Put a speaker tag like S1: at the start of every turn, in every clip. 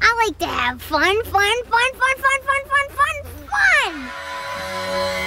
S1: I like to have fun, fun, fun, fun, fun, fun, fun, fun, fun.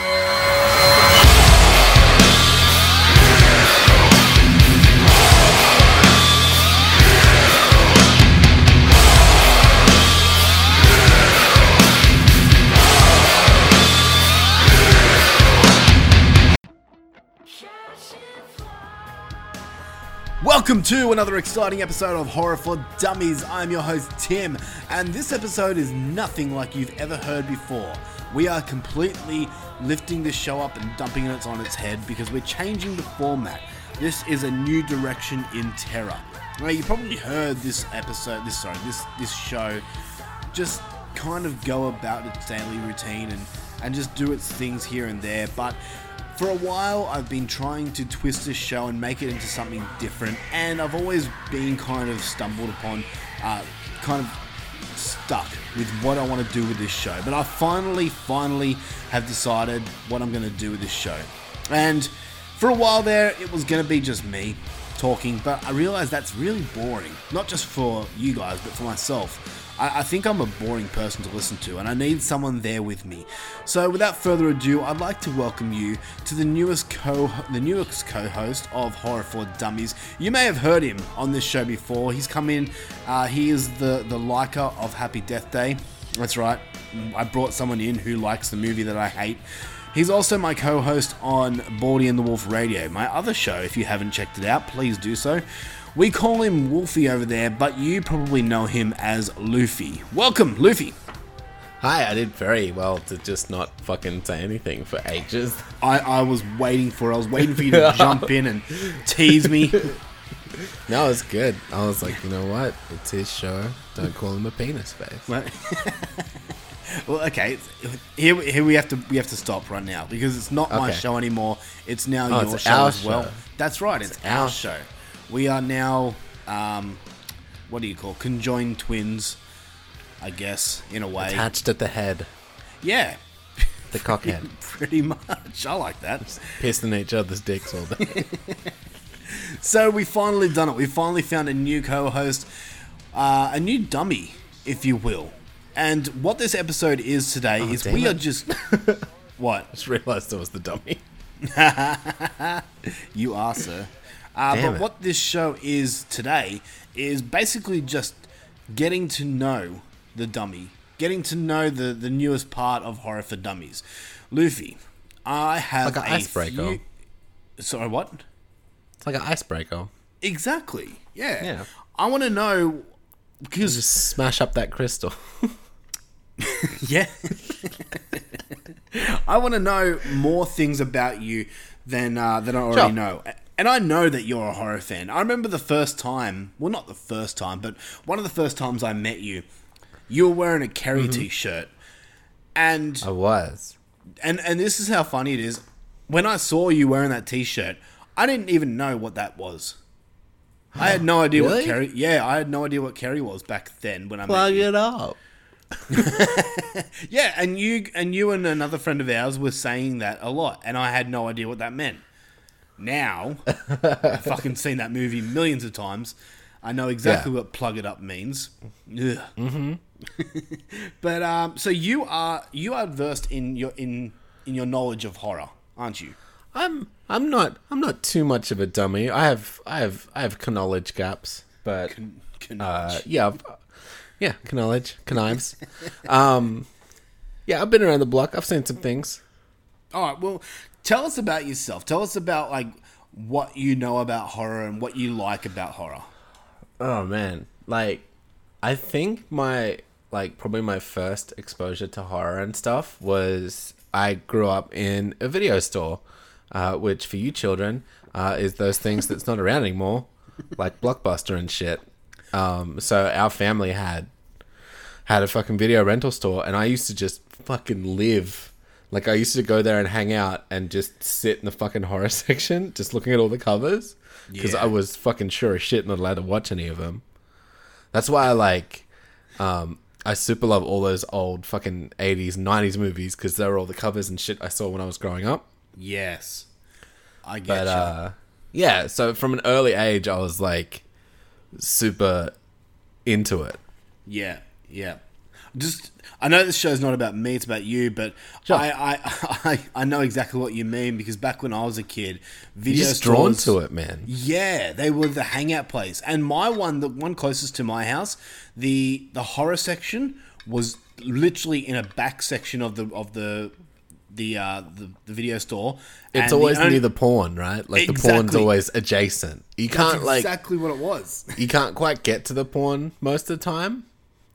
S2: Welcome to another exciting episode of Horror for Dummies. I'm your host, Tim, and this episode is nothing like you've ever heard before. We are completely lifting this show up and dumping it on its head because we're changing the format. This is a new direction in terror. Now, you probably heard this episode, this sorry, this this show just kind of go about its daily routine and, and just do its things here and there. But for a while, I've been trying to twist this show and make it into something different, and I've always been kind of stumbled upon, uh, kind of stuck with what I want to do with this show. But I finally, finally have decided what I'm going to do with this show. And for a while there, it was going to be just me talking, but I realized that's really boring. Not just for you guys, but for myself. I, I think I'm a boring person to listen to, and I need someone there with me. So, without further ado, I'd like to welcome you to the newest co the newest co-host of Horror for Dummies. You may have heard him on this show before. He's come in. Uh, he is the the liker of Happy Death Day. That's right. I brought someone in who likes the movie that I hate. He's also my co host on Baldy and the Wolf Radio, my other show. If you haven't checked it out, please do so. We call him Wolfie over there, but you probably know him as Luffy. Welcome, Luffy.
S3: Hi, I did very well to just not fucking say anything for ages.
S2: I, I was waiting for I was waiting for you to jump in and tease me.
S3: No, it's good. I was like, you know what? It's his show. Don't call him a penis face.
S2: Well, well, okay. it's- Here, here we have to we have to stop right now because it's not my
S3: Okay.
S2: show anymore. It's now
S3: Oh,
S2: your
S3: it's
S2: show
S3: our
S2: as well.
S3: show.
S2: That's right. It's, our,
S3: our
S2: show. We are now, um, what do you call conjoined twins? I guess in a way.
S3: Hatched at the head,
S2: yeah,
S3: the cockhead,
S2: pretty much. I like that.
S3: pissing each other's dicks all day.
S2: So we finally done it. We finally found a new co-host, uh, a new dummy, if you will. And what this episode is today is
S3: Oh, damn
S2: we
S3: it.
S2: are just what
S3: just realized I was the dummy.
S2: You are, sir. Uh,
S3: Damn
S2: but
S3: it.
S2: what this show is today is basically just getting to know the dummy, getting to know the, the newest part of Horror for Dummies. Luffy, I have
S3: Like an
S2: a
S3: icebreaker.
S2: few- Sorry, what?
S3: It's like an icebreaker.
S2: Exactly. Yeah.
S3: Yeah.
S2: I want to know because
S3: Just smash up that crystal.
S2: Yeah. I want to know more things about you than uh, than I already
S3: Sure.
S2: know. And I know that you're a horror fan. I remember the first time, well, not the first time, but one of the first times I met you, you were wearing a Kerry
S3: Mm-hmm.
S2: t-shirt, and
S3: I was.
S2: and and this is how funny it is. When I saw you wearing that t-shirt, I didn't even know what that was. I had no idea what
S3: Really?
S2: Kerry. Yeah, I had no idea what Kerry was back then when I met
S3: Plug
S2: you.
S3: it up.
S2: Yeah, and you and you and another friend of ours were saying that a lot, and I had no idea what that meant. Now, I've fucking seen that movie millions of times. I know exactly
S3: Yeah.
S2: what plug it up means. Mm-hmm. but um, so you are you are versed in your in in your knowledge of horror, aren't you?
S3: I'm. I'm not. I'm not too much of a dummy. I have. I have. I have knowledge gaps, but.
S2: Can-
S3: Uh, yeah, I've- yeah, knowledge, knives. um, yeah, I've been around the block. I've seen some things.
S2: All right. Well, tell us about yourself. Tell us about like what you know about horror and what you like about horror.
S3: Oh man, like I think my like probably my first exposure to horror and stuff was I grew up in a video store, uh, which for you children uh, is those things that's not around anymore, like Blockbuster and shit. Um, so our family had had a fucking video rental store and I used to just fucking live. Like I used to go there and hang out and just sit in the fucking horror section, just looking at all the covers because
S2: Yeah.
S3: I was fucking sure as shit not allowed to watch any of them. That's why I like, um, I super love all those old fucking eighties, nineties movies because they were all the covers and shit I saw when I was growing up.
S2: Yes, I get
S3: But
S2: you.
S3: uh, yeah, so from an early age, I was like super into it.
S2: Yeah, Yeah. Just, I know this show's not about me, it's about you, but I, I, I, I know exactly what you mean because back when I was a kid, video
S3: You're just drawn
S2: stores-
S3: to it, man.
S2: Yeah, they were the hangout place. And my one, the one closest to my house, the the horror section was literally in a back section of the of the the uh, the, the video store.
S3: It's
S2: And
S3: always
S2: only-
S3: near the porn, right? Like the porn's
S2: Exactly.
S3: always adjacent. You can't like
S2: exactly what it was.
S3: you can't quite get to the porn most of the time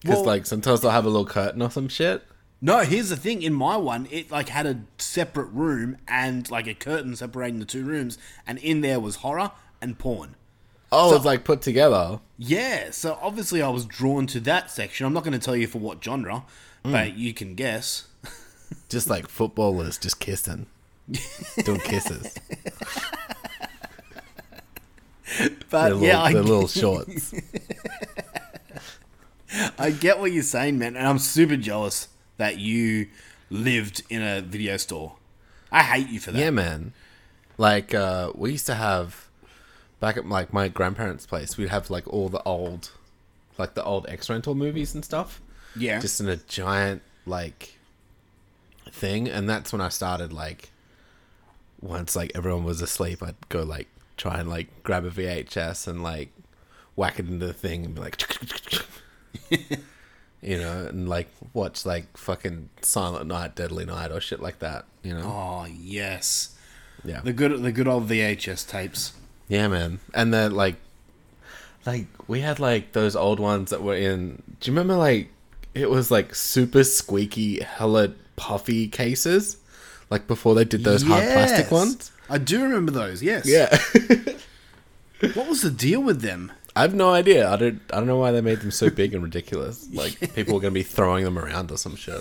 S3: because
S2: Well-
S3: like sometimes they'll have a little curtain or some shit.
S2: No, here's the thing. In my one, it like had a separate room and like a curtain separating the two rooms, and in there was horror and porn.
S3: Oh, it's like put together.
S2: Yeah, so obviously I was drawn to that section. I'm not going to tell you for what genre,
S3: Hmm.
S2: but you can guess.
S3: just like footballers just kissing doing kisses
S2: But
S3: their, little,
S2: yeah, I,
S3: their
S2: get-
S3: little shorts
S2: I get what you're saying, man, and I'm super jealous that you lived in a video store. I hate you for that.
S3: yeah man like uh we used to have back at like my grandparents place we'd have like all the old like the old x-rental movies and stuff
S2: yeah.
S3: just in a giant like thing and that's when i started like once like everyone was asleep i'd go like try and like grab a vhs and like whack it into the thing and be like you know and like watch like fucking silent night deadly night or shit like that you know
S2: oh yes,
S3: yeah
S2: the good the good old VHS tapes.
S3: yeah man and then like like we had like those old ones that were in do you remember like it was like super squeaky hella puffy cases like before they did those hard plastic
S2: Yes.
S3: ones
S2: I do remember those. Yes.
S3: yeah
S2: What was the deal with them?
S3: i have no idea i don't i don't know why they made them so big and ridiculous like people were gonna be throwing them around or some shit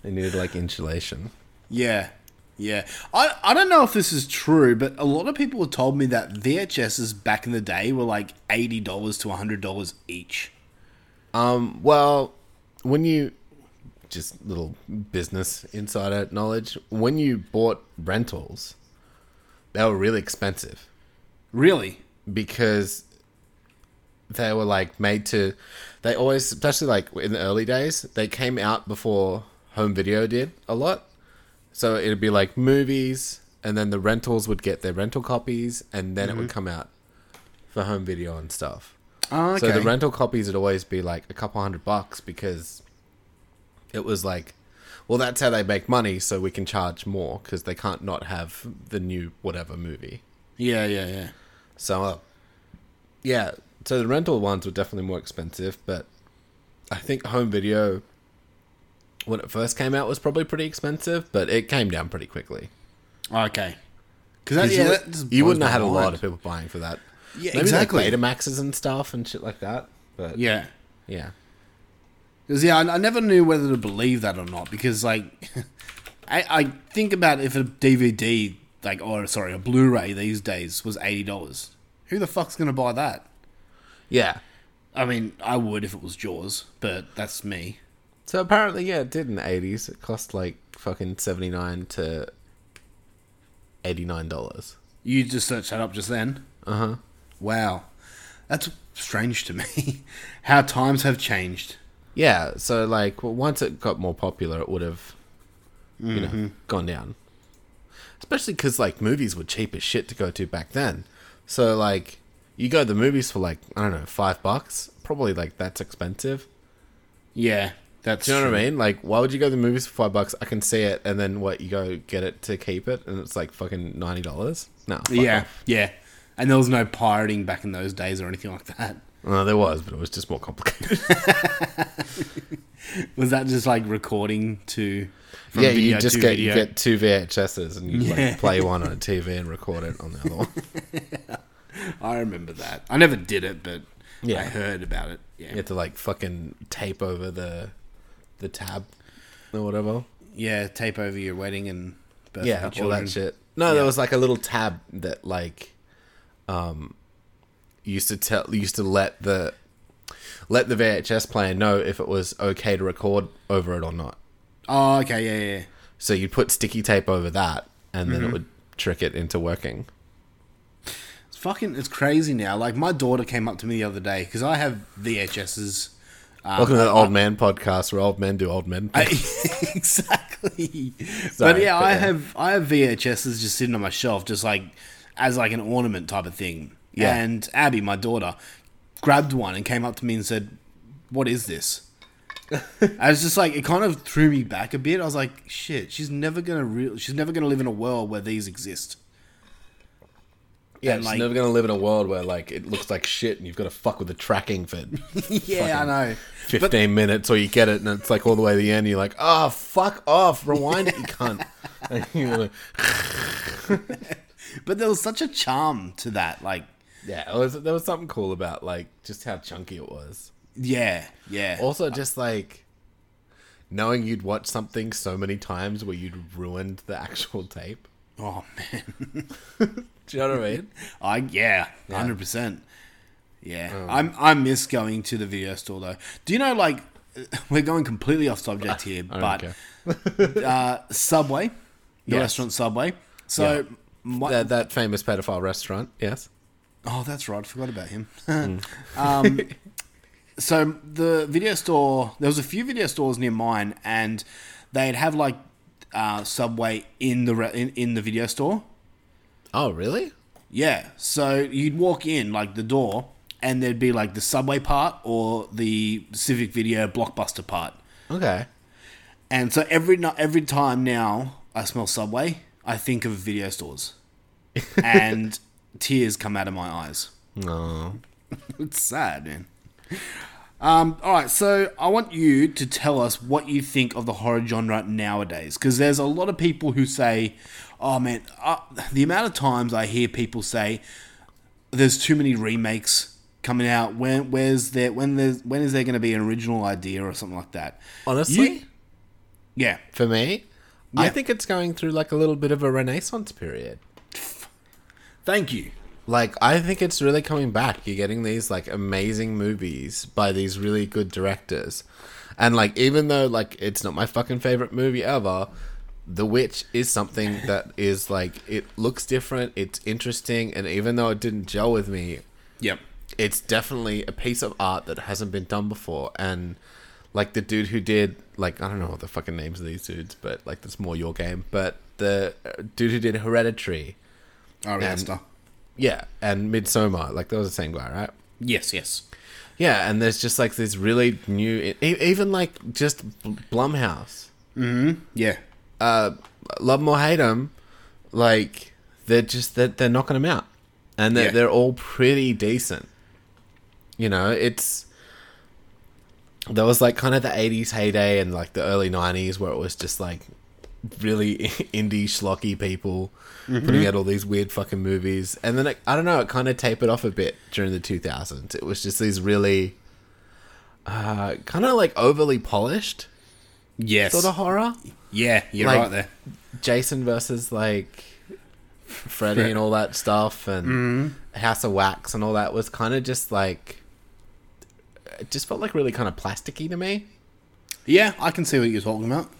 S3: they needed like insulation
S2: Yeah. Yeah. I, I don't know if this is true, but a lot of people have told me that VHSs back in the day were like $80 to $100 each.
S3: Um, well, when you just little business insider knowledge, when you bought rentals, they were really expensive
S2: Really?
S3: because they were like made to they always especially like in the early days, they came out before home video did a lot. So it'd be like movies and then the rentals would get their rental copies and then it would come out for home video and stuff.
S2: Oh, okay.
S3: So the rental copies would always be like a couple hundred bucks because it was like, well, that's how they make money, so we can charge more because they can't not have the new whatever movie.
S2: yeah, yeah, yeah.
S3: So, uh, yeah, so the rental ones were definitely more expensive, but I think home video, when it first came out, was probably pretty expensive, but it came down pretty quickly.
S2: Okay. Because
S3: 'Cause you, would- you wouldn't have had a lot of people buying for that.
S2: Yeah,
S3: Maybe
S2: exactly.
S3: like Betamaxes and stuff and shit like that. But yeah,
S2: Yeah.
S3: yeah.
S2: Because, yeah, I, I never knew whether to believe that or not. Because, like, I, I think about if a DVD, like, or sorry, a Blu ray these days was $80. Who the fuck's going to buy that?
S3: yeah.
S2: I mean, I would if it was Jaws, but that's me.
S3: So apparently, yeah, it did in the eighties. It cost like fucking seventy nine to eighty nine dollars.
S2: You just searched that up just then. Uh huh.
S3: Uh-huh.
S2: Wow, that's strange to me. How times have changed.
S3: Yeah, so like well, once it got more popular, it would have, you know, gone down. Especially because like movies were cheap as shit to go to back then. So like, you go to the movies for like I don't know five bucks. Probably like that's expensive.
S2: Yeah, that's.
S3: Do you know what I mean? Like, why would you go to the movies for five bucks? I can see it, and then what? You go get it to keep it, and it's like fucking ninety dollars. No, fuck
S2: Yeah,
S3: off.
S2: yeah. And there was no pirating back in those days or anything like that.
S3: Uh, there was, but it was just more complicated.
S2: Was that just like recording to? From
S3: yeah, you
S2: video
S3: just
S2: to
S3: get
S2: video?
S3: you get two VHSs and you like play one on a TV and record it on the other one.
S2: I remember that. I never did it, but
S3: Yeah.
S2: I heard about it. Yeah,
S3: You had to like fucking tape over the the tab or whatever.
S2: yeah. Tape over your wedding and birth of
S3: Yeah,
S2: your
S3: all
S2: children.
S3: that shit. No, there was like a little tab that like um used to tell used to let the let the VHS player know if it was okay to record over it or not.
S2: Oh, okay. Yeah, yeah, yeah.
S3: So you'd put sticky tape over that and then it would trick it into working.
S2: It's fucking, it's crazy now. Like my daughter came up to me the other day because I have VHSs
S3: Welcome to the old man podcast where old men do old men.
S2: I,
S3: things.
S2: exactly. but
S3: Sorry,
S2: yeah,
S3: but
S2: I
S3: yeah.
S2: have I have VHSs just sitting on my shelf, just like as like an ornament type of thing.
S3: Yeah.
S2: And Abby, my daughter, grabbed one and came up to me and said, "What is this?" I was just like, it kind of threw me back a bit. I was like, shit, she's never gonna real, she's never gonna live in a world where these exist.
S3: yeah,
S2: and,
S3: she's
S2: like-
S3: never gonna live in a world where like it looks like shit and you've got to fuck with the tracking for
S2: yeah, I know.
S3: fifteen minutes, or you get it and it's like all the way to the end. And you're like, oh fuck off, rewind it, you cunt. And you're like,
S2: But there was such a charm to that, like,
S3: yeah, it was, there was something cool about like just how chunky it was.
S2: yeah, yeah.
S3: Also, just like knowing you'd watched something so many times where you'd ruined the actual tape.
S2: oh man.
S3: Do you know what I mean?
S2: I yeah, hundred percent. Yeah,
S3: Um.
S2: I'm I miss going to the video store though. Do you know like we're going completely off subject here,
S3: I don't
S2: but
S3: care.
S2: uh, Subway, the
S3: Yes.
S2: restaurant Subway. So
S3: Yeah.
S2: my,
S3: that, that famous pedophile restaurant. Yes.
S2: oh, that's right, I forgot about him.
S3: Mm.
S2: um, so the video store, there was a few video stores near mine, and they'd have like uh, Subway in the re- in, in the video store.
S3: Oh, really?
S2: Yeah. So you'd walk in like the door, and there'd be like the subway part or the Civic Video blockbuster part.
S3: Okay.
S2: And so every no- every time now I smell Subway, I think of video stores, and tears come out of my eyes.
S3: No.
S2: It's sad, man. Um, all right, so I want you to tell us what you think of the horror genre nowadays, because there's a lot of people who say, "Oh man, uh, the amount of times I hear people say there's too many remakes coming out. When where's there when there's when is there going to be an original idea or something like that?"
S3: Honestly,
S2: You- yeah,
S3: for me, I
S2: Yeah.
S3: think it's going through like a little bit of a renaissance period.
S2: thank you.
S3: Like, I think it's really coming back. You're getting these like amazing movies by these really good directors. And like, even though like it's not my fucking favorite movie ever, The Witch is something that is like, it looks different, it's interesting, and even though it didn't gel with me,
S2: Yep.
S3: it's definitely a piece of art that hasn't been done before and like the dude who did like i don't know what the fucking names of these dudes but like that's more your game but the uh, dude who did hereditary
S2: Ari
S3: And-
S2: Aster.
S3: yeah and midsummer like that was the same guy right
S2: Yes, yes.
S3: yeah and there's just like this really new e- even like just Bl- blumhouse
S2: Yeah.
S3: uh love 'em or hate 'em, like they're just they're, they're knocking them out and they're,
S2: Yeah.
S3: they're all pretty decent you know it's there was like kind of the 80s heyday and like the early 90s where it was just like really indie schlocky people putting out all these weird fucking movies and then it, i don't know it kind of tapered off a bit during the 2000s it was just these really uh kind of like overly polished
S2: Yes.
S3: sort of horror
S2: yeah, you're
S3: like-
S2: right there.
S3: Jason versus like Freddy and all that stuff, and House of Wax and all that was kind of just like it just felt like really kind of plasticky to me.
S2: Yeah, I can see what you're talking about.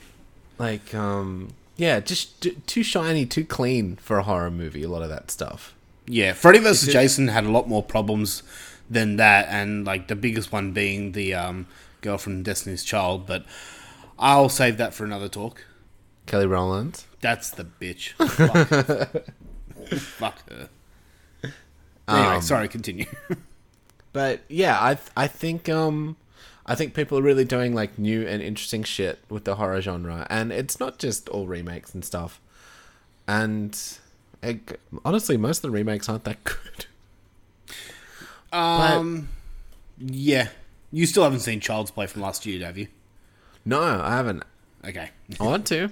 S3: Like, um, yeah, just d- too shiny, too clean for a horror movie. A lot of that stuff.
S2: Yeah, Freddy versus Jason had a lot more problems than that, and like the biggest one being the um, girl from Destiny's Child. But I'll save that for another talk.
S3: Kelly Rowland.
S2: That's the bitch. Fuck, Fuck her. Anyway,
S3: Um,
S2: sorry. Continue.
S3: but yeah, I th- I think um I think people are really doing like new and interesting shit with the horror genre, and it's not just all remakes and stuff. And it, honestly, most of the remakes aren't that good.
S2: um, yeah, you still haven't seen Child's Play from last year, have you?
S3: No, I haven't.
S2: Okay,
S3: I want to.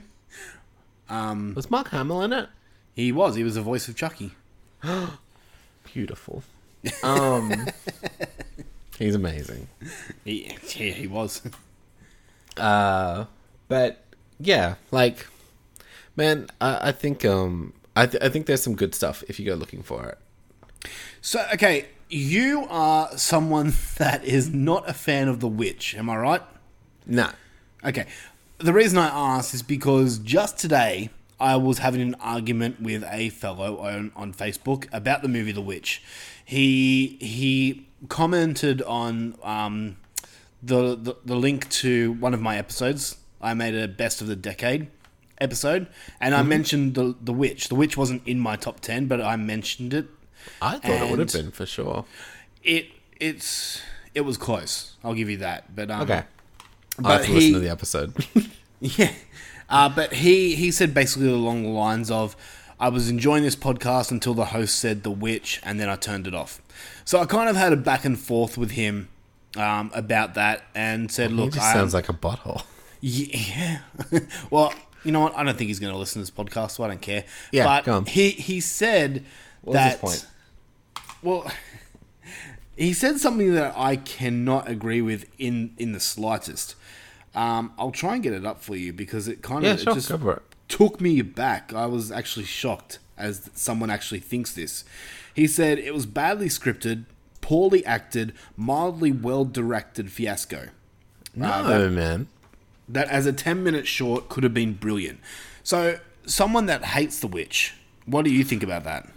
S3: Um, was Mark Hamill in it?
S2: he was. He was the voice of Chucky.
S3: Beautiful. Um, he's amazing.
S2: He, yeah, he was.
S3: Uh, but yeah, like, man, I, I think um, I th- I think there's some good stuff if you go looking for it.
S2: So, okay, you are someone that is not a fan of The Witch, am I right?
S3: Nah.
S2: Okay. The reason I ask is because just today I was having an argument with a fellow on, on Facebook about the movie The Witch. He he commented on um, the, the the link to one of my episodes. I made a best of the decade episode, and I mentioned the the witch. The witch wasn't in my top ten, but I mentioned it.
S3: I thought it would have
S2: And-
S3: been for sure.
S2: It it's it was close. I'll give you that. But um,
S3: Okay. I
S2: but
S3: have to listen
S2: he-
S3: to the episode.
S2: Yeah. Uh, but he, he said basically along the lines of, I was enjoying this podcast until the host said The Witch, and then I turned it off. So I kind of had a back and forth with him um, about that and said,
S3: he
S2: Look,
S3: just
S2: I.
S3: sounds like a butthole.
S2: Yeah. well, you know what? I don't think he's going to listen to this podcast, so I don't care.
S3: Yeah,
S2: But
S3: go on.
S2: he he said
S3: was
S2: that.
S3: his point?
S2: Well, he said something that I cannot agree with in in the slightest. Um, I'll try and get it up for you because it kind
S3: Yeah,
S2: of it
S3: sure,
S2: just
S3: go for it.
S2: took me back. I was actually shocked as someone actually thinks this. He said it was badly scripted, poorly acted, mildly well directed fiasco
S3: No, man.
S2: that as a 10 minute short could have been brilliant. So, someone that hates The Witch, what do you think about that?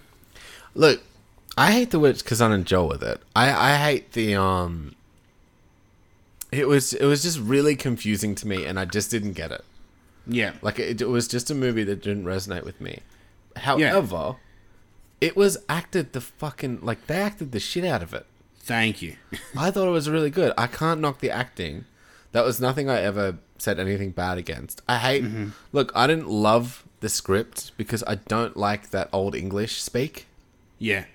S3: Look, I hate the witch because I don't gel with it. I, I hate the um. It was it was just really confusing to me, and I just didn't get it.
S2: Yeah. Like,
S3: Like it, it was just a movie that didn't resonate with me. However, it was acted the fucking like they acted the shit out of it.
S2: thank you.
S3: I thought it was really good. I can't knock the acting. That was nothing I ever said anything bad against. I hate. Look, I didn't love the script because I don't like that old English speak.
S2: Yeah.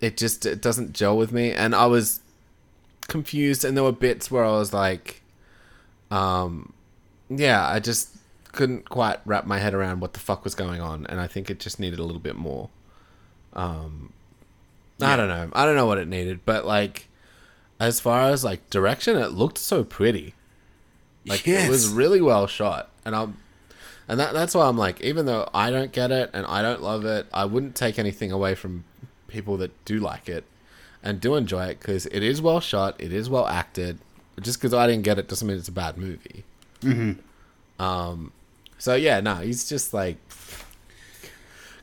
S3: It just it doesn't gel with me, and I was confused. And there were bits where I was like, um, yeah, I just couldn't quite wrap my head around what the fuck was going on, and I think it just needed a little bit more. Um, I don't know. I don't know what it needed, but like, as far as like direction, it looked so pretty. Like
S2: yes.
S3: it was really well shot, and I'm, and that that's why I'm like, even though I don't get it and I don't love it, I wouldn't take anything away from people that do like it and do enjoy it because it is well shot, it is well acted. Just because I didn't get it doesn't mean it's a bad movie. Mm-hmm. Um, so yeah, no, he's just like,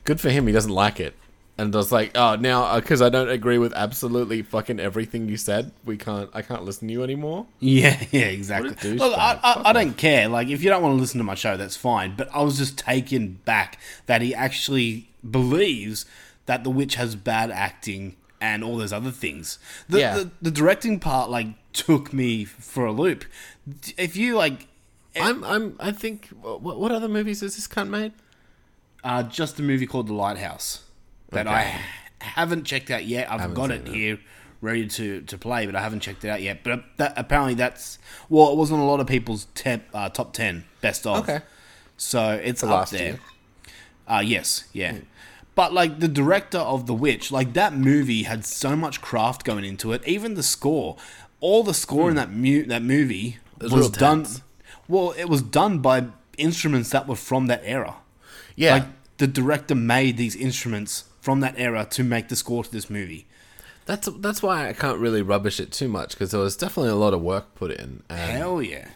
S3: good for him. He doesn't like it. And I was like, oh, now because I don't agree with absolutely fucking everything you said, we can't. I can't listen to you anymore.
S2: Yeah, yeah, exactly.
S3: douchebag.
S2: Look, I, I,
S3: Fuck
S2: I don't care. Like, if you don't want to listen to my show, that's fine. But I was just taken back that he actually believes that The Witch has bad acting and all those other things. The,
S3: Yeah.
S2: the, the directing part, like, took me for a loop. If you, like,
S3: I'm, I'm, I think. What, what other movies has this cunt made?
S2: uh, just a movie called The Lighthouse that I h- haven't checked out yet. I've got
S3: seen
S2: it
S3: that.
S2: here ready to, to play, but I haven't checked it out yet. But that, apparently that's well, it wasn't a lot of people's temp, uh, top ten best of.
S3: Okay.
S2: so it's up
S3: last
S2: there.
S3: year. Hmm.
S2: Uh, yes, yeah. But like the director of The Witch, like that movie had so much craft going into it. Even the score, all the score in that mu- that movie was,
S3: Hmm. real
S2: done.
S3: tense.
S2: Well, it was done by instruments that were from that era.
S3: Yeah,
S2: Like the director made these instruments from that era to make the score to this movie.
S3: that's that's why I can't really rubbish it too much because there was definitely a lot of work put in. And
S2: Hell yeah!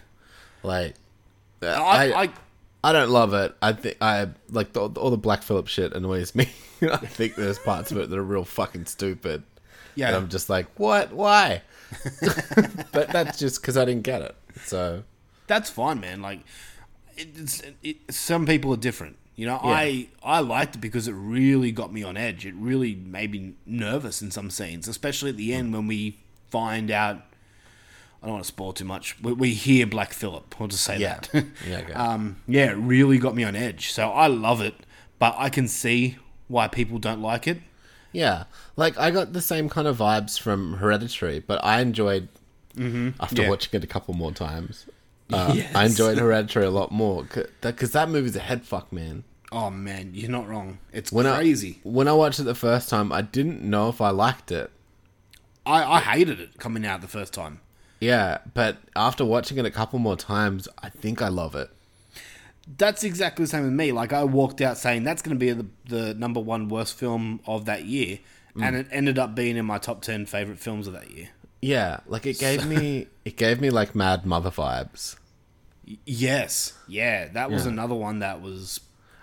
S3: like, uh,
S2: I, I,
S3: I don't love it. I think I like the, all the Black Phillip shit annoys me. I think there's parts of it that are real fucking stupid.
S2: Yeah.
S3: and I'm just like, what? Why? but that's just because I didn't get it. So
S2: that's fine, man. Like, it, it's, it, some people are different. You know, I I liked it because it really got me on edge. It really made me nervous in some scenes, especially at the end when we find out. I don't want to spoil too much. We, we hear Black Phillip. I'll just say
S3: yeah,
S2: that.
S3: yeah, okay.
S2: um, yeah, it really got me on edge. So I love it, but I can see why people don't like it.
S3: yeah. Like I got the same kind of vibes from Hereditary, but I enjoyed after
S2: Yeah.
S3: watching it a couple more times. Uh, I
S2: Yes.
S3: enjoyed Hereditary a lot more because that, 'cause that movie's a head fuck, man.
S2: Oh man, you're not wrong. It's
S3: When
S2: crazy.
S3: I when I watched it the first time, I didn't know if I liked it.
S2: I, I hated it coming out the first time.
S3: Yeah, but after watching it a couple more times, I think I love it.
S2: That's exactly the same with me. Like I walked out saying that's going to be the, the number one worst film of that year, and it ended up being in my top ten favorite films of that year.
S3: Yeah, like it gave me it gave me like mad mother vibes.
S2: Y- Yes, yeah, that was another one that was.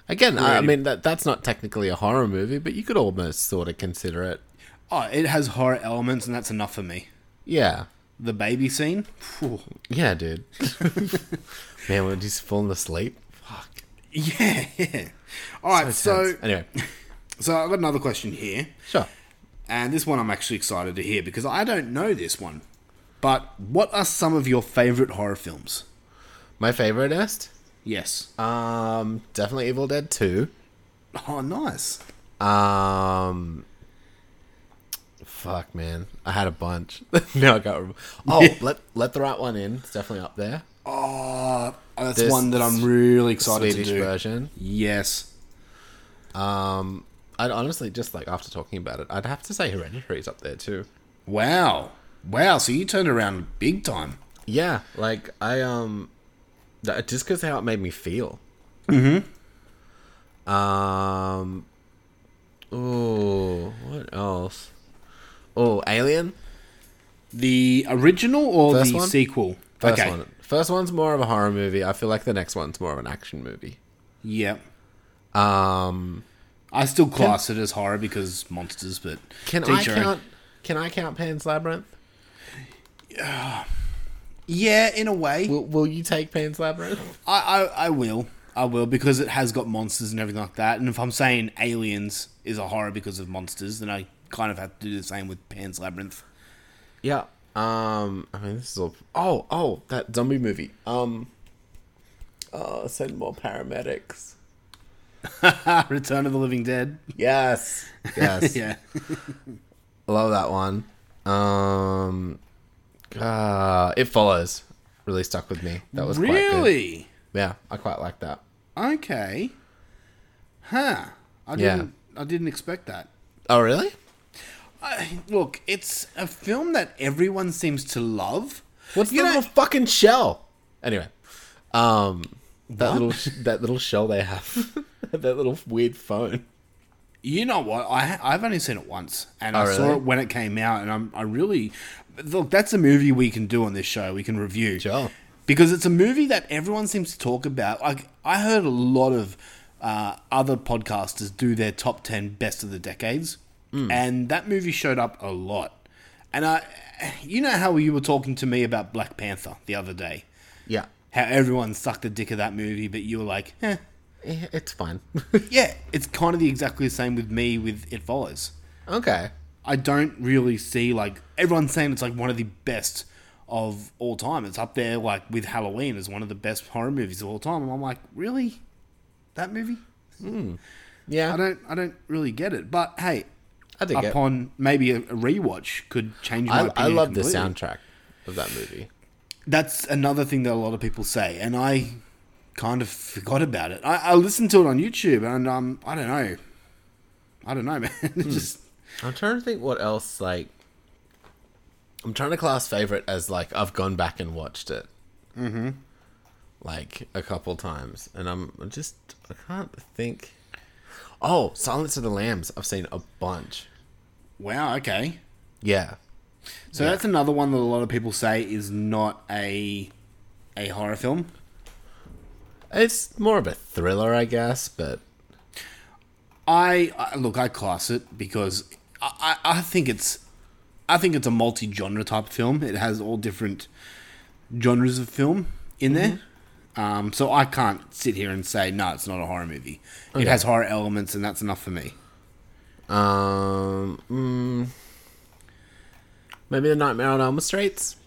S3: Again, I, I
S2: Creative.
S3: mean that that's not technically a horror movie, but you could almost sort of consider it.
S2: Oh, it has horror elements, and that's enough for me.
S3: Yeah.
S2: the baby scene. Phew.
S3: Yeah, dude. Man, when he's falling asleep. Fuck.
S2: Yeah. yeah. All right.
S3: So,
S2: So,
S3: tense. anyway,
S2: so I've got another question here.
S3: sure.
S2: And this one I'm actually excited to hear because I don't know this one. But what are some of your favorite horror films?
S3: My favorite est,
S2: Yes.
S3: um, definitely Evil Dead Two.
S2: oh, nice.
S3: Um, fuck, man, I had a bunch. now I got. Oh, let let the right one in. It's definitely up there.
S2: Oh, that's
S3: This
S2: one that I'm really excited
S3: Swedish
S2: to do.
S3: version.
S2: Yes.
S3: Um, I'd honestly just like after talking about it, I'd have to say Hereditary's up there too.
S2: Wow. Wow. So you turned around big time.
S3: Yeah, like I um, that, just because how it made me feel. Hmm. Um. Oh, what else? Oh, Alien.
S2: The original or
S3: First
S2: the
S3: one?
S2: sequel?
S3: First one. First one's more of a horror movie. I feel like the next one's more of an action movie.
S2: Yeah.
S3: Um.
S2: I still class it as horror because monsters, but
S3: Can
S2: to
S3: I
S2: each your own.
S3: count? Can I count Pan's Labyrinth?
S2: Yeah, in a way,
S3: Will, will you take Pan's Labyrinth?
S2: I, I I will, I will because it has got monsters and everything like that. And if I'm saying Aliens is a horror because of monsters, then I kind of have to do the same with Pan's Labyrinth.
S3: Yeah. Um. I mean, this is all. Oh, oh, that zombie movie. Um. Oh, send more paramedics.
S2: Return of the Living Dead.
S3: Yes. Yes.
S2: yeah.
S3: Love that one. Um. Uh, it follows. Really stuck with me. That was quite good.
S2: Really?
S3: Yeah, I quite like that.
S2: Okay. Huh. I
S3: Yeah.
S2: didn't. I didn't expect that.
S3: Oh, really?
S2: I, look, it's a film that everyone seems to love.
S3: What's
S2: You
S3: the
S2: know-
S3: little fucking shell? Anyway, um, that little sh- that little shell they have, that little weird phone.
S2: You know what? I I've only seen it once, and
S3: Oh,
S2: I saw
S3: really?
S2: it when it came out, and I'm I really look. That's a movie we can do on this show. We can review,
S3: Sure.
S2: because it's a movie that everyone seems to talk about. Like I heard a lot of uh, other podcasters do their top ten best of the decades,
S3: Hmm.
S2: and that movie showed up a lot. And I, you know how you were talking to me about Black Panther the other day,
S3: Yeah,
S2: how everyone sucked the dick of that movie, but you were like, eh,
S3: Eh, it's fine.
S2: yeah, it's kind of the exactly the same with me with It Follows.
S3: okay.
S2: I don't really see like everyone's saying it's like one of the best of all time. It's up there like with Halloween as one of the best horror movies of all time. And I'm like, really, that movie?
S3: Yeah,
S2: I don't, I don't really get it. But hey,
S3: I dig it.
S2: upon maybe a, a rewatch could change my
S3: I,
S2: opinion.
S3: I love the
S2: completely.
S3: soundtrack of that movie.
S2: That's another thing that a lot of people say, and I kind of forgot about it. I, I listened to it on YouTube, and um, I don't know, I don't know, man.
S3: Hmm.
S2: It Just
S3: I'm trying to think what else. Like, I'm trying to class favorite as like I've gone back and watched it, mm-hmm. like a couple times, and I'm I just I can't think. Oh, Silence of the Lambs! I've seen a bunch.
S2: wow, okay.
S3: Yeah,
S2: So that's another one that a lot of people say is not a a horror film.
S3: it's more of a thriller, I guess, but
S2: I, I look, I class it because I, I, I think it's I think it's a multi genre type of film. It has all different genres of film in there.
S3: Mm-hmm.
S2: Um, so I can't sit here and say no, it's not a horror movie. It has horror elements, and that's enough for me.
S3: um, mm, maybe the Nightmare on Elm Streets.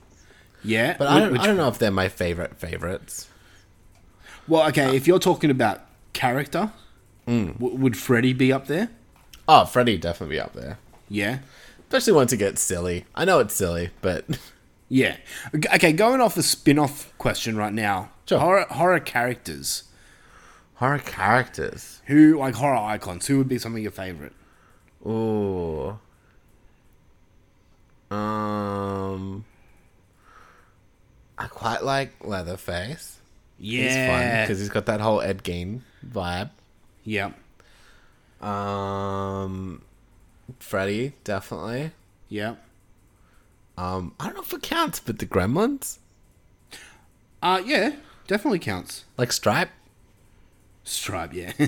S2: Yeah,
S3: But I
S2: whi-
S3: don't,
S2: which-
S3: I don't know if they're my favorite favorites.
S2: Well, okay, if you're talking about character,
S3: Mm.
S2: w- would Freddy be up there?
S3: Oh, Freddy would definitely be up there.
S2: Yeah,
S3: Especially once it gets silly. I know it's silly, but
S2: Yeah. G- Okay, going off a spin off question right now.
S3: Sure.
S2: Horror, horror characters.
S3: horror characters.
S2: Who, like horror icons, who would be some of your favourite?
S3: Ooh. Um. I quite like Leatherface.
S2: Yeah.
S3: because he's got that whole Ed Gein vibe.
S2: yeah.
S3: Um, Freddy definitely.
S2: Yeah.
S3: Um, I don't know if it counts, but the Gremlins,
S2: Uh, yeah, definitely counts.
S3: like Stripe,
S2: Stripe, yeah.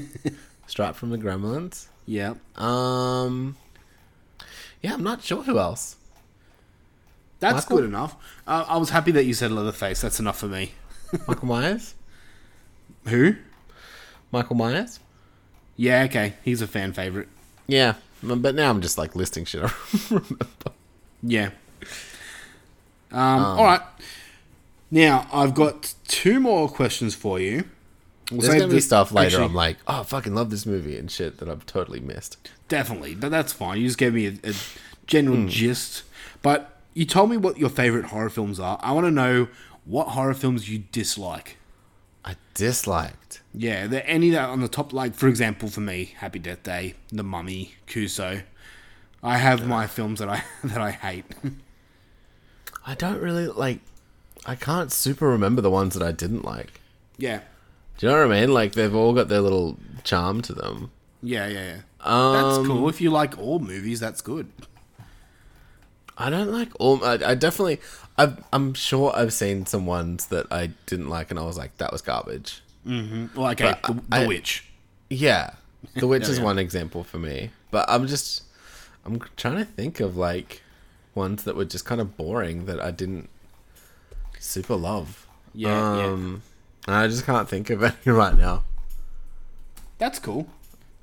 S3: Stripe from the Gremlins.
S2: yeah.
S3: Um, yeah, I'm not sure who else.
S2: That's
S3: Michael?
S2: good enough. Uh, I was happy that you said Leatherface. That's enough for me.
S3: Michael Myers?
S2: Who?
S3: Michael Myers?
S2: Yeah, okay. He's a fan favorite.
S3: Yeah. m- But now I'm just like listing shit. I don't remember.
S2: Yeah. Um, all right. Now I've got two more questions for you. We'll
S3: There's
S2: save
S3: gonna be
S2: this-
S3: stuff later.
S2: actually,
S3: I'm like, oh, I fucking love this movie and shit that I've totally missed.
S2: definitely, but that's fine. You just gave me a, a general
S3: Hmm.
S2: gist, but you told me what your favorite horror films are. I want to know what horror films you dislike.
S3: I disliked.
S2: Yeah, are there any that are on the top, like for example, for me, Happy Death Day, The Mummy, Cuso. I have my films that I that I hate.
S3: I don't really like. I can't super remember the ones that I didn't like.
S2: yeah,
S3: Do you know what I mean? Like they've all got their little charm to them.
S2: yeah, yeah. yeah. that's
S3: Um,
S2: cool. If you like all movies, that's good.
S3: I don't like all. I, I definitely. I've, I'm sure I've seen some ones that I didn't like, and I was like, that was garbage.
S2: Well, okay, The, the
S3: I-
S2: Witch.
S3: Yeah, The Witch is
S2: yeah.
S3: one example for me. But I'm just. I'm trying to think of like ones that were just kind of boring that I didn't super love.
S2: Yeah, yeah.
S3: um, and I just can't think of any right now.
S2: That's cool.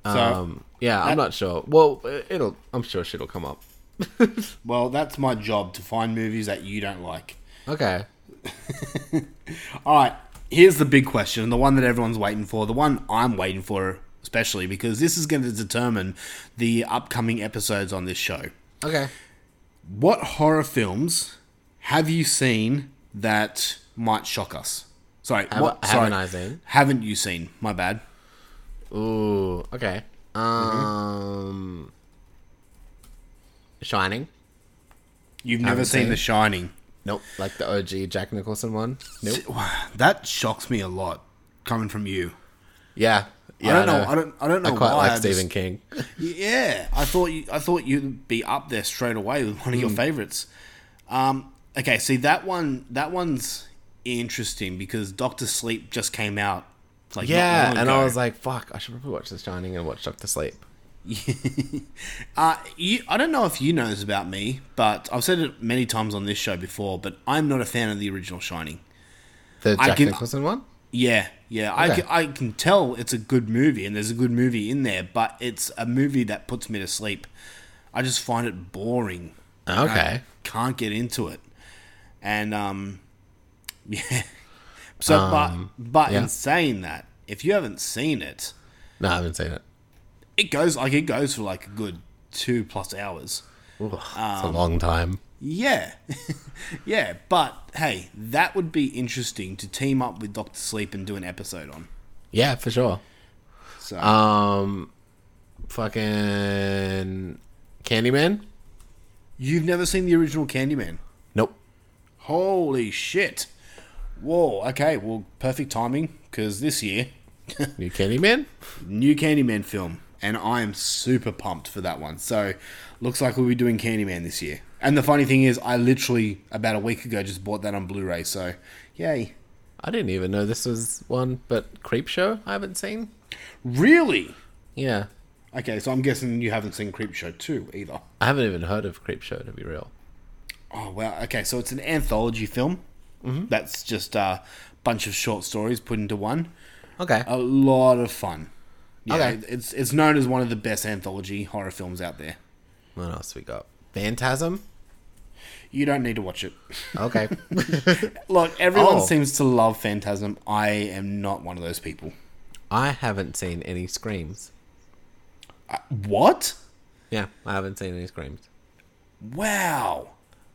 S2: So,
S3: Um, yeah, I'm
S2: Uh,
S3: not sure. Well, it'll. I'm sure shit'll come up.
S2: well, that's my job to find movies that you don't like.
S3: Okay.
S2: All right, here's the big question, the one that everyone's waiting for, the one I'm waiting for especially because this is going to determine the upcoming episodes on this show.
S3: Okay.
S2: What horror films have you seen that might shock us? Sorry,
S3: Have-
S2: what,
S3: haven't
S2: sorry,
S3: I seen?
S2: Haven't you seen? My bad.
S3: Ooh. Okay.
S2: Mm-hmm.
S3: Um. Shining.
S2: You've never
S3: Haven't
S2: seen,
S3: seen.
S2: The Shining.
S3: Nope. Like the OG Jack Nicholson one. Nope.
S2: That shocks me a lot coming from you.
S3: Yeah. Yeah.
S2: I don't know. I don't. I don't know
S3: I quite
S2: why.
S3: like
S2: I
S3: Stephen
S2: just-
S3: King.
S2: Yeah, I thought you, I thought you'd be up there straight away with one of your
S3: Hmm.
S2: favorites. Um, okay, see that one. That one's interesting because Doctor Sleep just came out. Like not
S3: Yeah.
S2: long
S3: And I
S2: ago.
S3: was like, fuck. I should probably watch The Shining and watch Doctor Sleep.
S2: Uh, you, I don't know if you know this about me, but I've said it many times on this show before, but I'm not a fan of the original Shining.
S3: The
S2: I
S3: Jack
S2: can-
S3: Nicholson one.
S2: Yeah, yeah. I
S3: Okay.
S2: can, I can tell it's a good movie and there's a good movie in there, but it's a movie that puts me to sleep. I just find it boring.
S3: Okay.
S2: I can't get into it. And, um, yeah. So, but, but
S3: yeah.
S2: in saying that, if you haven't seen it,
S3: No, I haven't seen it.
S2: it goes like it goes for like a good two plus hours.
S3: Ooh, it's a
S2: Um,
S3: long time.
S2: Yeah. yeah, but hey, that would be interesting to team up with Doctor Sleep and do an episode on.
S3: Yeah, for sure.
S2: So
S3: Um, fucking Candyman.
S2: you've never seen the original Candyman.
S3: Nope.
S2: Holy shit. Whoa, okay, well perfect timing cuz this year
S3: New Candyman.
S2: new Candyman film and I am super pumped for that one. So looks like we'll be doing Candyman this year. And the funny thing is I literally about a week ago just bought that on Blu-ray, so yay.
S3: I didn't even know this was one, but Creep Show I haven't seen.
S2: Really?
S3: Yeah,
S2: Okay, so I'm guessing you haven't seen Creepshow 2 either.
S3: I haven't even heard of Creep Show to be real.
S2: Oh, wow. Okay, so it's an anthology film. That's just a bunch of short stories put into one.
S3: Okay.
S2: A lot of fun. Yeah,
S3: Okay.
S2: it- It's, it's known as one of the best anthology horror films out there.
S3: What else we got? Phantasm.
S2: You don't need to watch it.
S3: Okay.
S2: Look, everyone
S3: Oh.
S2: seems to love Phantasm. I am not one of those people.
S3: I haven't seen any screams.
S2: What?
S3: Yeah, I haven't seen any screams.
S2: Wow.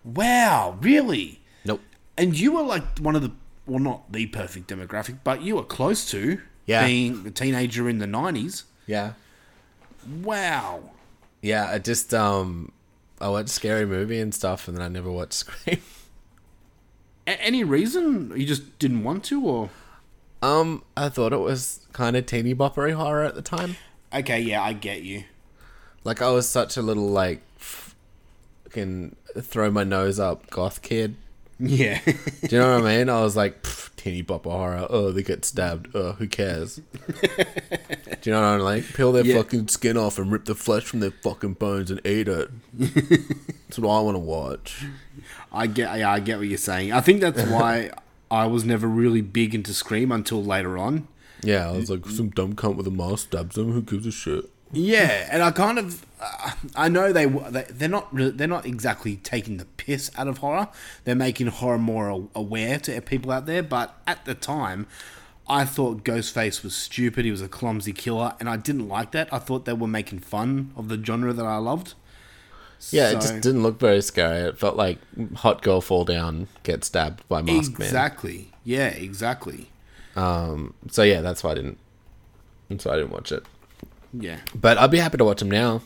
S2: Wow, really?
S3: Nope.
S2: And you were like one of the, well, not the perfect demographic, but you were close to
S3: Yeah.
S2: being a teenager in the 90s.
S3: Yeah.
S2: Wow.
S3: Yeah, I just um, I watched scary movie and stuff, and then I never watched Scream.
S2: A- any reason you just didn't want to, or
S3: Um, I thought it was kind of teeny boppery horror at the time.
S2: okay, yeah, I get you.
S3: Like I was such a little like f- fucking throw my nose up goth kid.
S2: Yeah,
S3: Do you know what I mean? I was like "Pff, teeny bop of horror. Oh, they get stabbed. Oh, who cares? Do you know what I'm like? Peel their
S2: Yeah.
S3: fucking skin off and rip the flesh from their fucking bones and eat it. That's what I want to watch.
S2: I get, yeah, I get what you're saying. I think that's why I was never really big into Scream until later on.
S3: Yeah, I was like some dumb cunt with a mask stabs him. Who gives a shit?
S2: Yeah, and I kind of, uh, I know they w- they- they're not re- they're not exactly taking the piss out of horror. They're making horror more a- aware to people out there. But at the time, I thought Ghostface was stupid. He was a clumsy killer, and I didn't like that. I thought they were making fun of the genre that I loved.
S3: Yeah,
S2: So-
S3: it just didn't look very scary. It felt like hot girl fall down, get stabbed by mask man.
S2: exactly. Yeah, exactly.
S3: So yeah, that's why I didn't. That's why I didn't watch it.
S2: Yeah.
S3: But I'd be happy to watch him now.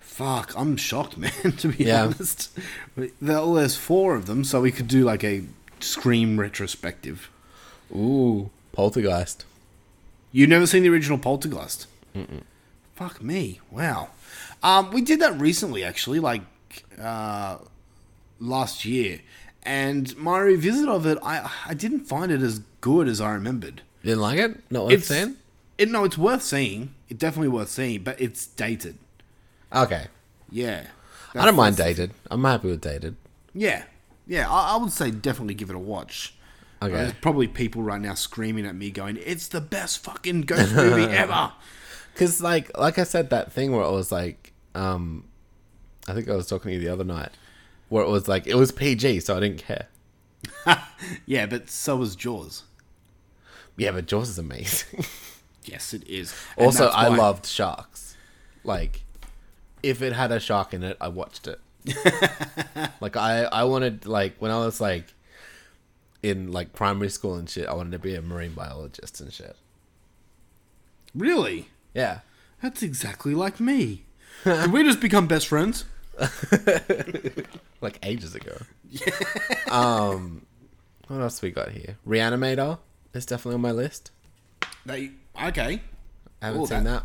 S2: Fuck, I'm shocked, man. To be
S3: Yeah.
S2: honest, there, well, there's four of them, so we could do like a Scream retrospective.
S3: Ooh, Poltergeist.
S2: You've never seen the original Poltergeist? Fuck me. Wow. Um, we did that recently, actually, like uh, last year. And my revisit of it, I, I didn't find it as good as I remembered.
S3: You didn't like it? Not worth
S2: It's-
S3: saying?
S2: It, no, it's worth seeing. It's definitely worth seeing, but it's dated.
S3: Okay.
S2: Yeah.
S3: I don't mind
S2: dated.
S3: dated. I'm happy with dated.
S2: Yeah, yeah, I, I would say definitely give it a watch.
S3: Okay.
S2: There's probably people right now screaming at me, going, "It's the best fucking ghost movie ever."
S3: Cause like like I said, that thing where it was like, um I think I was talking to you the other night. Where it was like it was PG, so I didn't care.
S2: Yeah, but so was Jaws.
S3: Yeah, but Jaws is amazing.
S2: Yes, it is. And
S3: also,
S2: that's
S3: I
S2: why-
S3: loved sharks. Like, if it had a shark in it, I watched it. like I I wanted like when I was like in like primary school and shit, I wanted to be a marine biologist and shit.
S2: Really,
S3: Yeah.
S2: that's exactly like me. Did we just become best friends?
S3: like ages ago. um, what else we got here? Reanimator is definitely on my list.
S2: They okay.
S3: I haven't
S2: Ooh,
S3: seen that.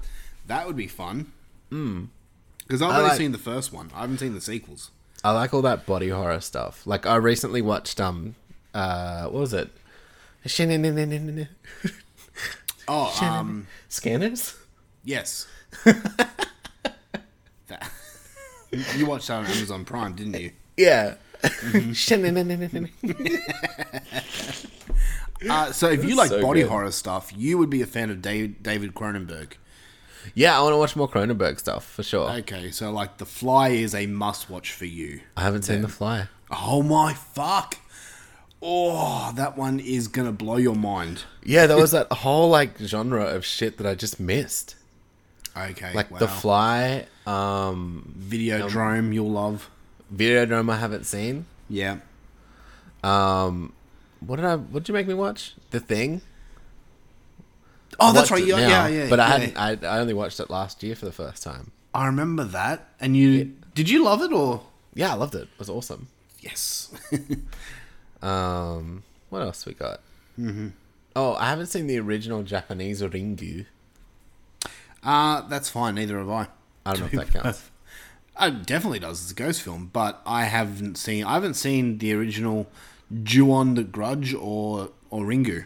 S2: That would be fun. Because I've
S3: Hmm. I
S2: only
S3: like-
S2: seen the first one. I haven't seen the sequels.
S3: I like all that body horror stuff. Like I recently watched um, uh, what was it?
S2: Oh, um,
S3: Scanners.
S2: yes. that... you watched that on Amazon Prime, didn't you?
S3: Yeah. Mm-hmm.
S2: Uh, so if you like
S3: so
S2: body
S3: good.
S2: horror stuff, you would be a fan of David, David Cronenberg.
S3: yeah, I want to watch more Cronenberg stuff for sure.
S2: Okay, so like The Fly is a must-watch for you.
S3: I haven't seen The Fly.
S2: Oh my fuck! Oh, that one is gonna blow your mind.
S3: Yeah, there was that whole like genre of shit that I just missed.
S2: Okay,
S3: Like
S2: wow.
S3: The Fly, um,
S2: Videodrome, you'll love.
S3: Videodrome I haven't seen.
S2: Yeah,
S3: What did I? What did you make me watch? The Thing.
S2: Oh, that's
S3: watched
S2: right.
S3: it
S2: Yeah,
S3: now,
S2: yeah, yeah.
S3: But I
S2: yeah.
S3: hadn't. I, I only watched it last year for the first time.
S2: I remember that. And you did you love it or?
S3: Yeah, I loved it. It was awesome.
S2: Yes.
S3: Um, what else we got? Mm-hmm. Oh, I haven't seen the original Japanese Ringu.
S2: uh, that's fine. Neither have I.
S3: I don't know if that counts.
S2: Uh, It definitely does. It's a ghost film, but I haven't seen. I haven't seen the original Ju-on the Grudge or or Ringu.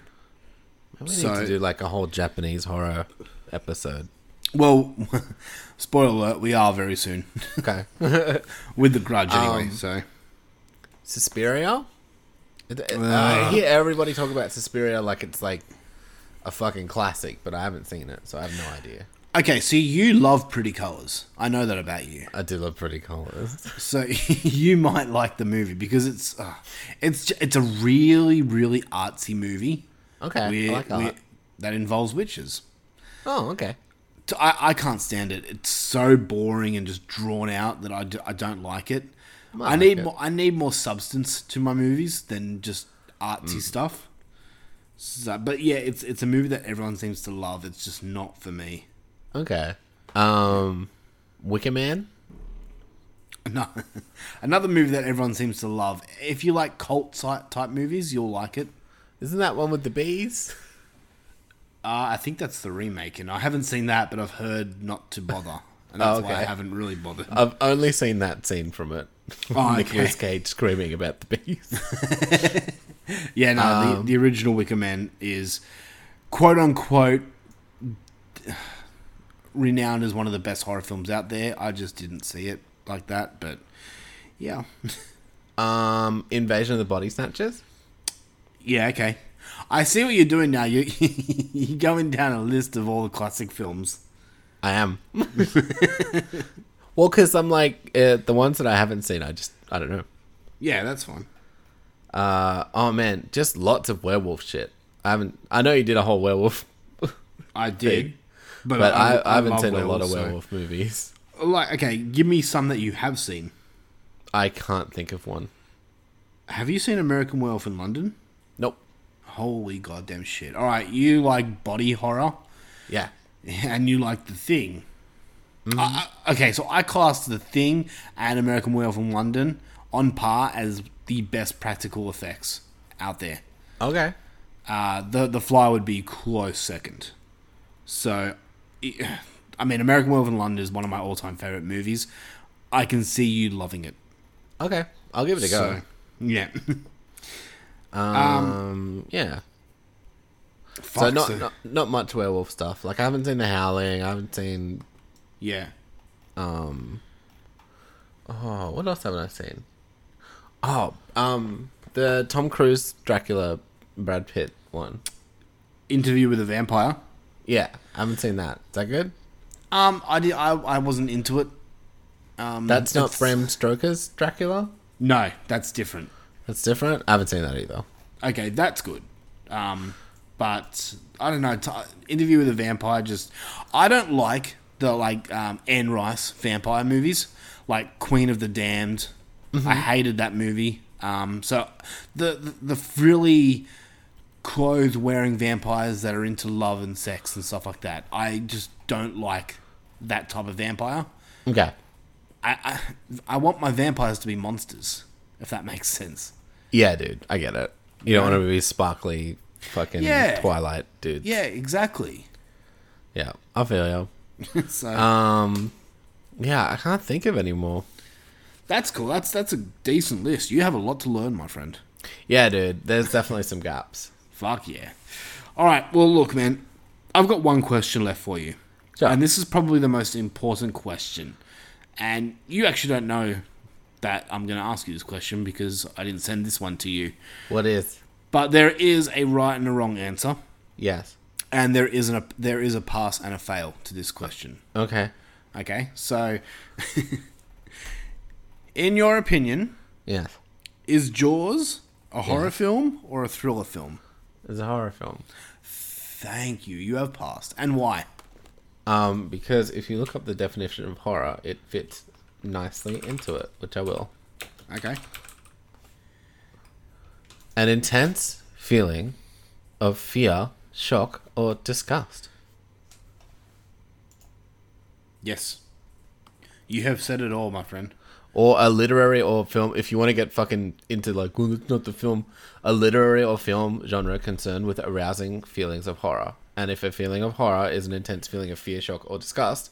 S3: We need
S2: So-
S3: to do like a whole Japanese horror episode.
S2: Well, spoiler alert: we are very soon
S3: Okay.
S2: with the Grudge anyway.
S3: Um,
S2: so
S3: Suspiria. It- it- uh, I hear everybody talk about Suspiria like it's like a fucking classic, but I haven't seen it, so I have no idea.
S2: okay, so you love pretty colors. I know that about you.
S3: I do love Pretty Colors.
S2: So you might like the movie because it's uh, it's j- it's a really really artsy movie.
S3: Okay, I like art.
S2: that involves witches.
S3: Oh, okay.
S2: t- I, I can't stand it. It's so boring and just drawn out that I, d- I don't like it. I,
S3: might like
S2: need
S3: it.
S2: more. I need more substance to my movies than just
S3: Mm.
S2: artsy stuff. So, but yeah, it's it's a movie that everyone seems to love. It's just not for me.
S3: Okay. Um, Wicker Man.
S2: No, another movie that everyone seems to love. If you like cult type type movies, you'll like it.
S3: Isn't that one with the bees?
S2: Uh, I think that's the remake, and I haven't seen that, but I've heard not to bother, and that's why I
S3: okay.
S2: haven't really bothered.
S3: I've only seen that scene from it.
S2: Oh, okay.
S3: Nicolas Cage screaming about the bees.
S2: Yeah, no, the, the original Wicker Man is quote unquote renowned as one of the best horror films out there. I just didn't see it like that, but yeah.
S3: Um, Invasion of the Body Snatchers.
S2: Yeah, okay. I see what you're doing now. You you're going down a list of all the classic films.
S3: I am. well, because I'm like uh, the ones that I haven't seen. I just I don't know.
S2: Yeah, that's fine.
S3: Uh, oh man, just lots of werewolf shit. I haven't. I know you did a whole werewolf,
S2: I did,
S3: but I, I, haven't
S2: love
S3: seen a lot of
S2: werewolves, so-
S3: werewolf movies.
S2: Like, okay, give me some that you have seen.
S3: I can't think of one.
S2: Have you seen American Werewolf in London?
S3: Nope.
S2: Holy goddamn shit! All right, you like body horror,
S3: Yeah.
S2: and you like The Thing.
S3: Mm-hmm.
S2: I- I- okay, so I classed The Thing and American Werewolf in London on par as the best practical effects out there.
S3: Okay.
S2: Uh, the the fly would be close second. So, i- I mean, American Werewolf in London is one of my all time favorite movies. I can see you loving it.
S3: Okay. I'll give it a
S2: So,
S3: go.
S2: yeah.
S3: um, Yeah. So
S2: Fuck,
S3: not,
S2: so-
S3: not not much werewolf stuff. Like I haven't seen The Howling. I haven't seen.
S2: yeah.
S3: Oh, what else haven't I seen? Oh, um, the Tom Cruise Dracula Brad Pitt one.
S2: Interview with a Vampire.
S3: Yeah, I haven't seen that. Is that good?
S2: Um, I did. I, I wasn't into it. Um,
S3: That's not
S2: it's-
S3: Bram Stoker's Dracula.
S2: No, that's different.
S3: That's different. I haven't seen that either.
S2: Okay, that's good. Um, but I don't know. T- interview with a Vampire. Just I don't like the like um, Anne Rice vampire movies, like Queen of the Damned. I hated that movie. Um, so the the, the frilly clothes wearing vampires that are into love and sex and stuff like that. I just don't like that type of vampire.
S3: Okay.
S2: I, I I want my vampires to be monsters, if that makes sense.
S3: Yeah, dude, I get it. You don't want to be sparkly, fucking
S2: Yeah.
S3: Twilight, dude.
S2: Yeah, exactly.
S3: Yeah, I feel you.
S2: so
S3: Um, yeah, I can't think of any more.
S2: that's cool. That's that's a decent list. You have a lot to learn, my friend.
S3: Yeah, dude, there's definitely some gaps.
S2: Fuck yeah. All right. Well, look, man. I've got one question left for you,
S3: Sure.
S2: and this is probably the most important question. And you actually don't know that I'm going to ask you this question because I didn't send this one to you.
S3: What is?
S2: But there is a right and a wrong answer,
S3: Yes.
S2: and there isn't a there is a pass and a fail to this question.
S3: Okay.
S2: Okay, so in your opinion,
S3: Yes.
S2: is Jaws a horror film or a thriller film?
S3: It's a horror film.
S2: Thank you, you have passed. And why?
S3: Um, because if you look up the definition of horror, it fits nicely into it, which I will.
S2: Okay.
S3: An intense feeling of fear, shock, or disgust.
S2: Yes. You have said it all, my friend.
S3: Or a literary or film, if you want to get fucking into like, well, it's not the film, a literary or film genre concerned with arousing feelings of horror. And if a feeling of horror is an intense feeling of fear, shock, or disgust,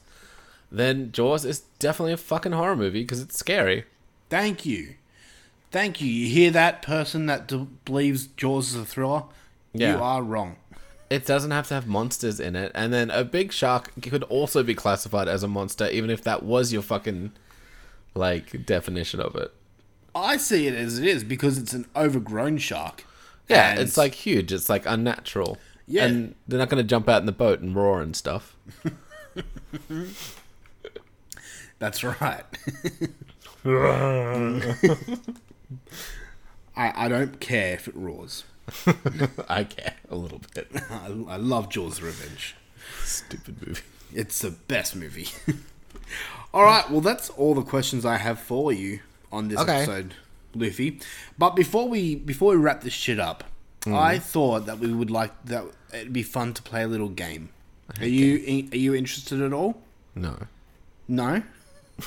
S3: then Jaws is definitely a fucking horror movie because it's scary.
S2: Thank you. Thank you. You hear that person that d- believes Jaws is a thriller?
S3: Yeah.
S2: You are wrong.
S3: It doesn't have to have monsters in it. And then a big shark could also be classified as a monster, even if that was your fucking like definition of it.
S2: I see it as it is because it's an overgrown shark.
S3: Yeah,
S2: And-
S3: it's like huge. It's like unnatural.
S2: Yeah.
S3: and they're not going to jump out in the boat and roar and stuff.
S2: That's right. I, I don't care if it roars.
S3: I care a little bit.
S2: I, I love Jaws the Revenge.
S3: Stupid movie.
S2: It's the best movie. all right, well, that's all the questions I have for you on this
S3: Okay.
S2: episode, Luffy. But before we before we wrap this shit up,
S3: Mm.
S2: I thought that we would like that it'd be fun to play a little game. Are you are you interested at all?
S3: No.
S2: No.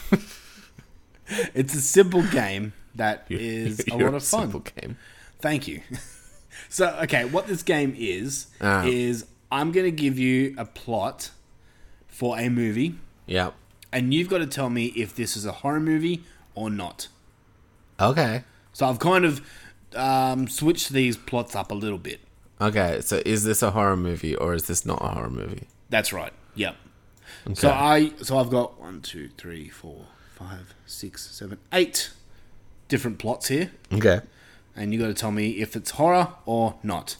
S2: it's a simple game that is a
S3: You're
S2: lot of fun.
S3: simple game.
S2: Thank you. so, okay, what this game is
S3: Ah.
S2: is I'm going to give you a plot for a movie,
S3: Yeah.
S2: and you've got to tell me if this is a horror movie or not.
S3: Okay.
S2: So I've kind of um, switch these plots up a little bit.
S3: Okay, so is this a horror movie or is this not a horror movie?
S2: That's right. Yep. So I so I've got one, two, three, four, five, six, seven, eight different plots here,
S3: Okay.
S2: and you got to tell me if it's horror or not.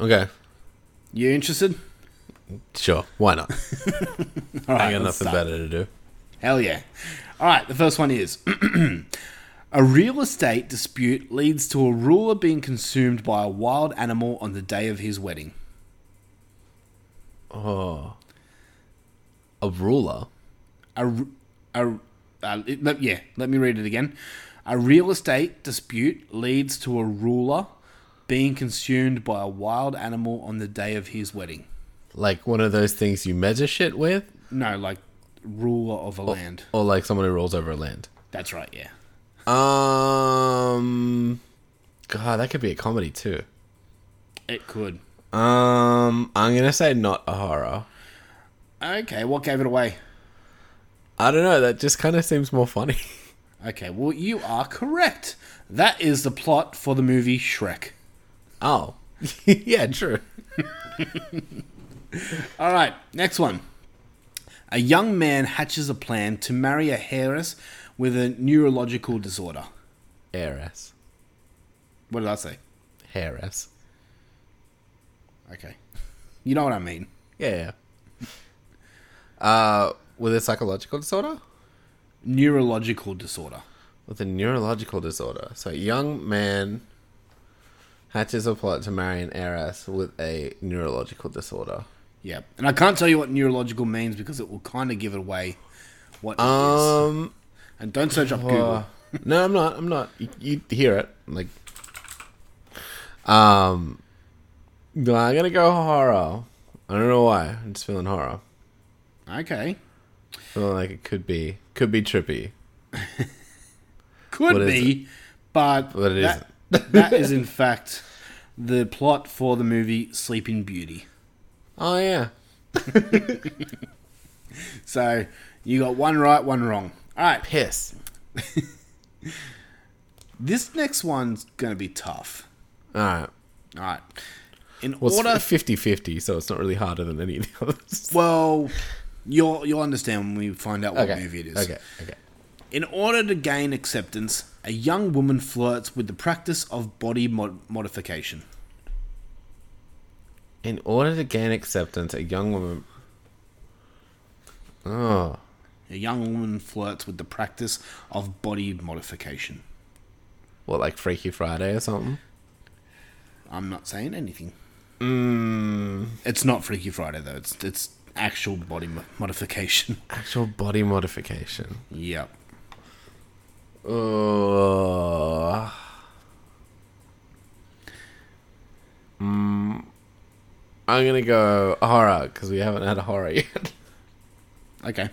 S3: Okay.
S2: You interested?
S3: Sure. Why not?
S2: All right.
S3: I got
S2: let's
S3: nothing
S2: start.
S3: better to do.
S2: Hell yeah. All right, the first one is a real estate dispute leads to a ruler being consumed by a wild animal on the day of his wedding.
S3: A ruler.
S2: A, r- a r- uh, it- let- yeah, let me read it again. A real estate dispute leads to a ruler being consumed by a wild animal on the day of his wedding.
S3: Like one of those things you measure shit with?
S2: No, like ruler of a land.
S3: Or like someone who rolls over a land?
S2: That's right, yeah.
S3: Um. God, that could be a comedy too.
S2: It could.
S3: Um, I'm gonna say not a horror.
S2: Okay, what gave it away?
S3: I don't know. That just kind of seems more funny.
S2: Okay, well, you are correct. That is the plot for the movie Shrek.
S3: Oh, yeah, true.
S2: All right, next one. A young man hatches a plan to marry a heiress with a neurological disorder.
S3: Heiress,
S2: What did I say?
S3: heiress.
S2: Okay. You know what I mean.
S3: Yeah. yeah. Uh, with a psychological disorder,
S2: Neurological disorder.
S3: with a neurological disorder. So, a young man hatches a plot to marry an heiress with a neurological disorder.
S2: Yeah. And I can't tell you what neurological means because it will kind of give it away what it is.
S3: Um,
S2: And don't search up Google.
S3: uh, no, I'm not. I'm not. You, you hear it, like. Um, no, I'm gonna go horror. I don't know why. I'm just feeling horror.
S2: Okay.
S3: Feeling like it could be, could be trippy,
S2: Could
S3: What is
S2: be, but,
S3: but it
S2: that, that is in fact the plot for the movie Sleeping Beauty.
S3: not Oh yeah.
S2: So you got one right, one wrong. All right.
S3: Piss.
S2: This next one's going to be tough.
S3: All right.
S2: All right. In
S3: Well,
S2: order,
S3: it's 50-50, so it's not really harder than any of the others.
S2: well, you'll you'll understand when we find out what movie it is.
S3: Okay. Okay.
S2: In order to gain acceptance, a young woman flirts with the practice of body mod- modification.
S3: In order to gain acceptance, a young woman. Oh.
S2: A young woman flirts with the practice of body modification.
S3: What, like Freaky Friday or something?
S2: I'm not saying anything. Mm. It's not Freaky Friday though. It's it's actual body mo- modification.
S3: Actual body modification.
S2: yep.
S3: Oh. Mm. I'm gonna go horror because we haven't had a horror yet.
S2: Okay.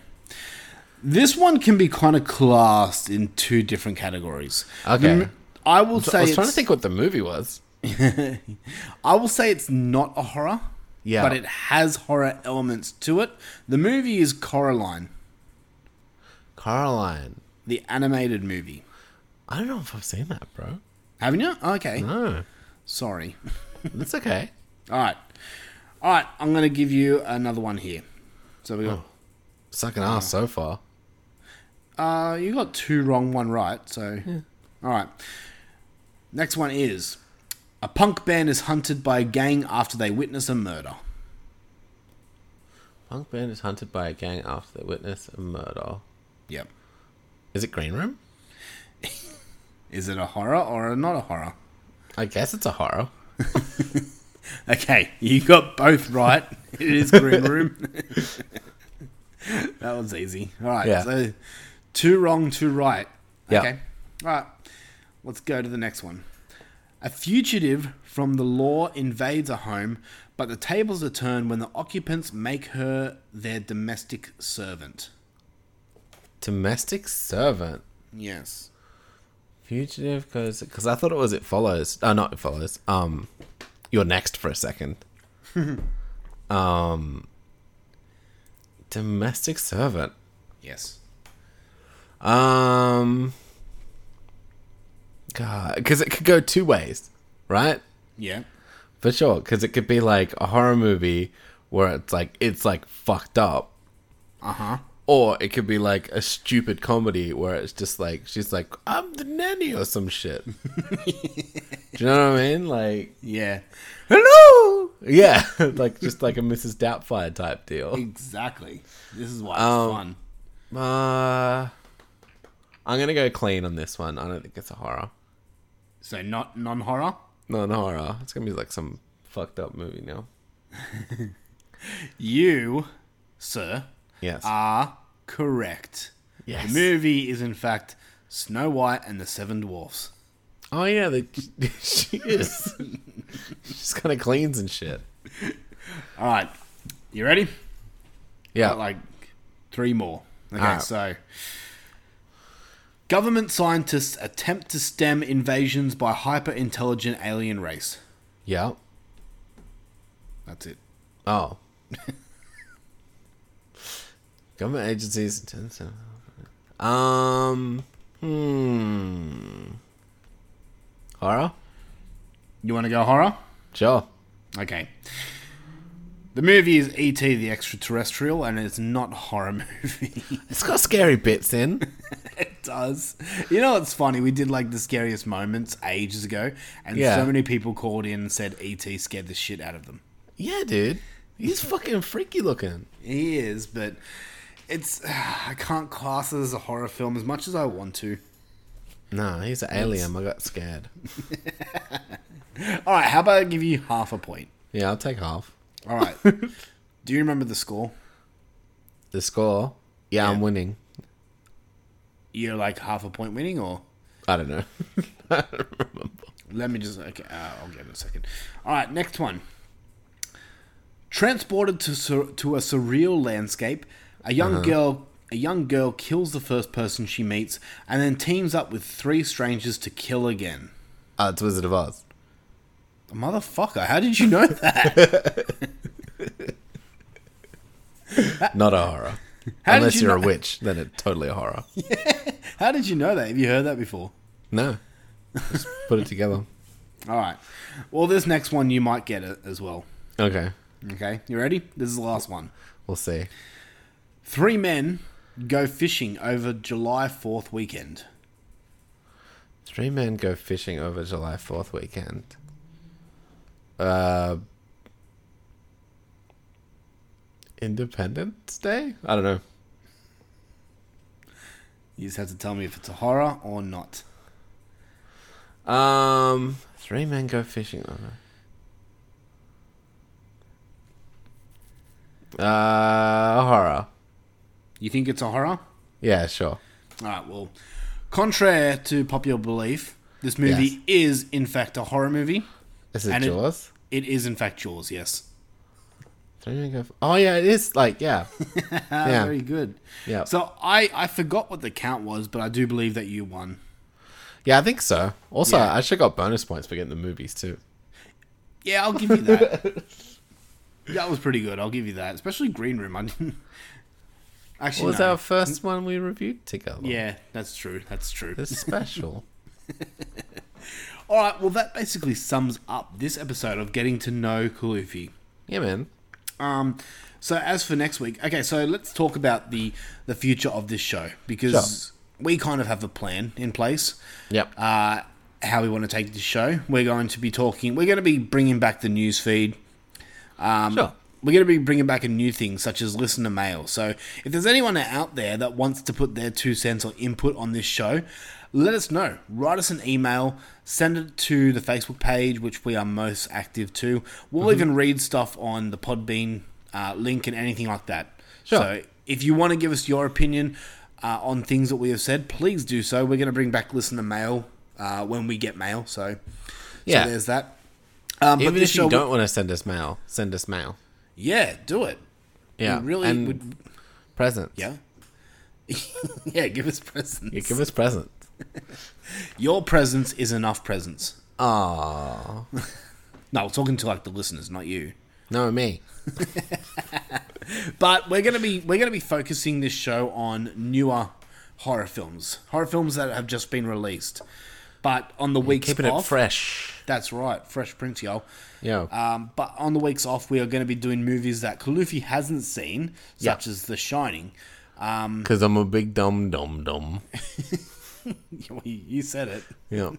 S2: This one can be kind of classed in two different categories.
S3: Okay.
S2: The m- I will
S3: I
S2: say
S3: was trying to
S2: it's-
S3: think what the movie was.
S2: I will say it's not a horror.
S3: Yeah.
S2: But it has horror elements to it. The movie is Coraline,
S3: Caroline.
S2: the animated movie.
S3: I don't know if I've seen that, bro.
S2: Haven't you? Okay.
S3: No,
S2: Sorry.
S3: that's okay.
S2: All right. All right. I'm going to give you another one here. So we got.
S3: Sucking ass so far.
S2: Uh, you got two wrong, one right. So. All right. Next one is a punk band is hunted by a gang after they witness a murder.
S3: Punk band is hunted by a gang after they witness a murder.
S2: Yep.
S3: Is it Green Room?
S2: Is it a horror or a not a horror?
S3: I guess it's a horror.
S2: Okay, you got both right. It is Green Room. that was easy. All right,
S3: Yeah.
S2: so two wrong, two right.
S3: Yeah.
S2: Okay. All right, let's go to the next one. A fugitive from the law invades a home, but the tables are turned when the occupants make her their domestic servant.
S3: Domestic servant.
S2: Yes.
S3: Fugitive goes because I thought it was it follows. Oh, not it follows. Um, you're next for a second. um, domestic servant.
S2: Yes.
S3: Um, God, because it could go two ways, right?
S2: Yeah.
S3: For sure, because it could be like a horror movie where it's like it's like fucked up,
S2: Uh huh.
S3: or it could be like a stupid comedy where it's just like she's like I'm the nanny or some shit. Do you know what I mean? Like
S2: Yeah.
S3: hello, yeah, like just like a Mrs. Doubtfire type deal.
S2: Exactly. This is why it's
S3: Um,
S2: fun.
S3: Uh, I'm gonna go clean on this one. I don't think it's a horror.
S2: So not non horror.
S3: No, no horror. It's gonna be like some fucked up movie now.
S2: You, sir,
S3: Yes.
S2: are correct.
S3: yes.
S2: Uh, The movie is in fact Snow White and the Seven Dwarfs.
S3: Oh yeah, the, she is. She's kind of cleans and shit.
S2: All right, you ready?
S3: Yeah.
S2: Got like three more. Okay,
S3: All right.
S2: so government scientists attempt to stem invasions by hyper intelligent alien race.
S3: yeah.
S2: That's it.
S3: Oh. Government agencies. Um. Hmm. Horror.
S2: You want to go horror?
S3: Sure.
S2: Okay. The movie is E.T. the Extraterrestrial, and it's not a horror movie.
S3: It's got scary bits in.
S2: It does. You know what's funny? We did like the scariest moments ages ago, and
S3: Yeah.
S2: so many people called in and said ET scared the shit out of them.
S3: yeah, dude. He's fucking freaky looking.
S2: He is, but it's I can't class it as a horror film as much as I want to.
S3: Nah, he's an alien. I got scared.
S2: All right, how about I give you half a point?
S3: Yeah, I'll take half.
S2: All right. Do you remember the score?
S3: The score. yeah. I'm winning.
S2: You're like half a point winning, or
S3: I don't know. I don't remember.
S2: let me just okay. Uh, I'll get it in a second. All right, next one. Transported to sur- to a surreal landscape, a
S3: Uh-huh.
S2: young girl a young girl kills the first person she meets, and then teams up with three strangers to kill again.
S3: Oh, it's Wizard of Oz.
S2: Motherfucker, how did you know that?
S3: Not a horror.
S2: How did
S3: Unless
S2: you
S3: you are
S2: know-
S3: a witch, then it's totally a horror.
S2: how did you know that? Have you heard that before?
S3: No. Just put it together.
S2: All right. Well, this next one you might get it as well.
S3: Okay.
S2: Okay, you ready? This is the last one.
S3: We'll see.
S2: Three men go fishing over July 4th weekend.
S3: Three men go fishing over July 4th weekend. Uh. Independence Day? I don't know.
S2: You just have to tell me if it's a horror or not.
S3: Um, three men go fishing. Oh, no. Uh, horror.
S2: You think it's a horror?
S3: Yeah, sure.
S2: All right, well, contrary to popular belief, this movie
S3: Yes.
S2: is, in fact, a horror movie.
S3: Is it
S2: And it-
S3: Jaws?
S2: It is, in fact, Jaws, yes.
S3: Three men go. F- oh yeah, it is. Like yeah,
S2: Ah,
S3: Yeah.
S2: Very good.
S3: yeah,
S2: So I, I forgot what the count was, but I do believe that you won.
S3: yeah. I think so. Also,
S2: Yeah.
S3: I should got bonus points for getting the movies too.
S2: Yeah, I'll give you that. that was pretty good. I'll give you that. Especially Green Room. I didn't.
S3: What
S2: Actually,
S3: was
S2: no.
S3: our first one we reviewed together?
S2: yeah, that's true. That's true.
S3: this is special.
S2: All right, well, that basically sums up this episode of Getting to Know Kalufi.
S3: yeah, man.
S2: Um, so as for next week, okay, so let's talk about the the future of this show because we kind of have a plan in place.
S3: Yep.
S2: Uh, how we want to take this show. We're going to be talking. We're going to be bringing back the news feed.
S3: sure.
S2: We're going to be bringing back a new thing such as listener mail. So if there's anyone out there that wants to put their two cents or input on this show, let us know. Write us an email, send it to the Facebook page, which we are most active to.
S3: Mm-hmm.
S2: We'll even read stuff on the Podbean uh, link and anything like that.
S3: Sure.
S2: So if you want to give us your opinion uh, on things that we have said, please do so. We're going to bring back listener mail uh, when we get mail. So,
S3: Yeah.
S2: so there's that. Um,
S3: Even
S2: this
S3: if
S2: show-
S3: you don't want to send us mail, send us mail.
S2: yeah, do it.
S3: Yeah,
S2: We really
S3: and
S2: would-
S3: presents.
S2: Yeah. yeah, give us presents.
S3: yeah, give us presents.
S2: Your presence is enough presents.
S3: Aww.
S2: No, I'm talking to like the listeners, not you.
S3: No, me.
S2: But we're gonna be we're gonna be focusing this show on newer horror films, horror films that have just been released. But on the weeks
S3: Keeping
S2: off,
S3: it fresh.
S2: That's right, Fresh Prince, yo.
S3: Yeah.
S2: Um, but on the weeks off, we are going to be doing movies that Kalufi hasn't seen,
S3: Yeah.
S2: such as The Shining.
S3: Because I'm a big dum dum dum.
S2: You- you said it.
S3: Yeah.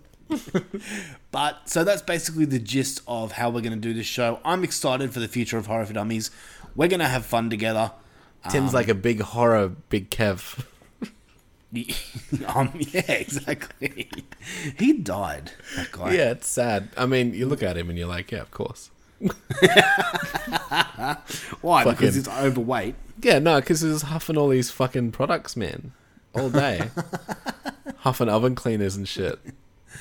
S2: But so that's basically the gist of how we're going to do this show. I'm excited for the future of Horror for Dummies. We're going to have fun together.
S3: Tim's like a big horror, big Kev.
S2: um, yeah, exactly. he died. That guy.
S3: Yeah, it's sad. I mean, you look at him and you're like, yeah, of course.
S2: Why? Because
S3: Fucking-
S2: he's overweight.
S3: Yeah, no, because he was huffing all these fucking products, man, all day, huffing oven cleaners and shit.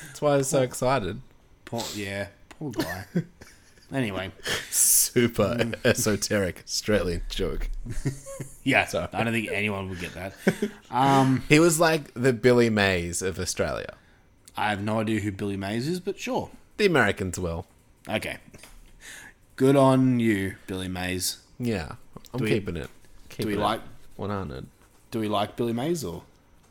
S3: That's why I was so excited.
S2: Poor, yeah, poor guy. anyway,
S3: Super
S2: Hmm.
S3: esoteric Australian joke.
S2: yeah,
S3: Sorry.
S2: I don't think anyone would get that.
S3: He was like the Billy Mays of Australia.
S2: I have no idea who Billy Mays is, but sure.
S3: The Americans will.
S2: Okay. Good on you, Billy Mays.
S3: Yeah, I'm
S2: we-
S3: keeping it. Keeping
S2: we
S3: it.
S2: like-
S3: 100?
S2: Do we like Billy Mays or?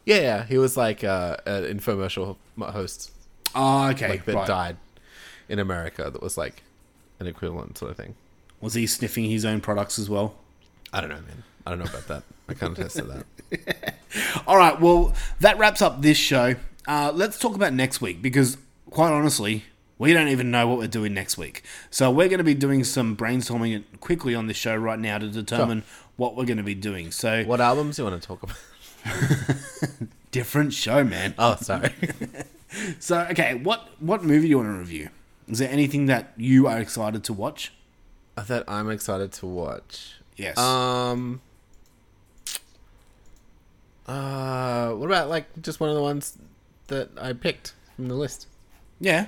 S3: Yeah, yeah, he was like uh, an infomercial ho- host
S2: Oh, okay.
S3: like, that
S2: right.
S3: died in America that was like an equivalent sort of thing.
S2: Was he sniffing his own products as well?
S3: I don't know, man. I don't know about that. I can't attest to that.
S2: All right. Well, that wraps up this show. Uh, let's talk about next week because, quite honestly, we don't even know what we're doing next week. So we're going to be doing some brainstorming quickly on this show right now to determine what we're going to be doing. So
S3: What albums do you want to talk about?
S2: different show, man.
S3: Oh, sorry.
S2: So okay, what what movie do you want to review? Is there anything that you are excited to watch?
S3: that I'm excited to watch.
S2: Yes.
S3: Um. Uh, what about like just one of the ones that I picked from the list
S2: yeah.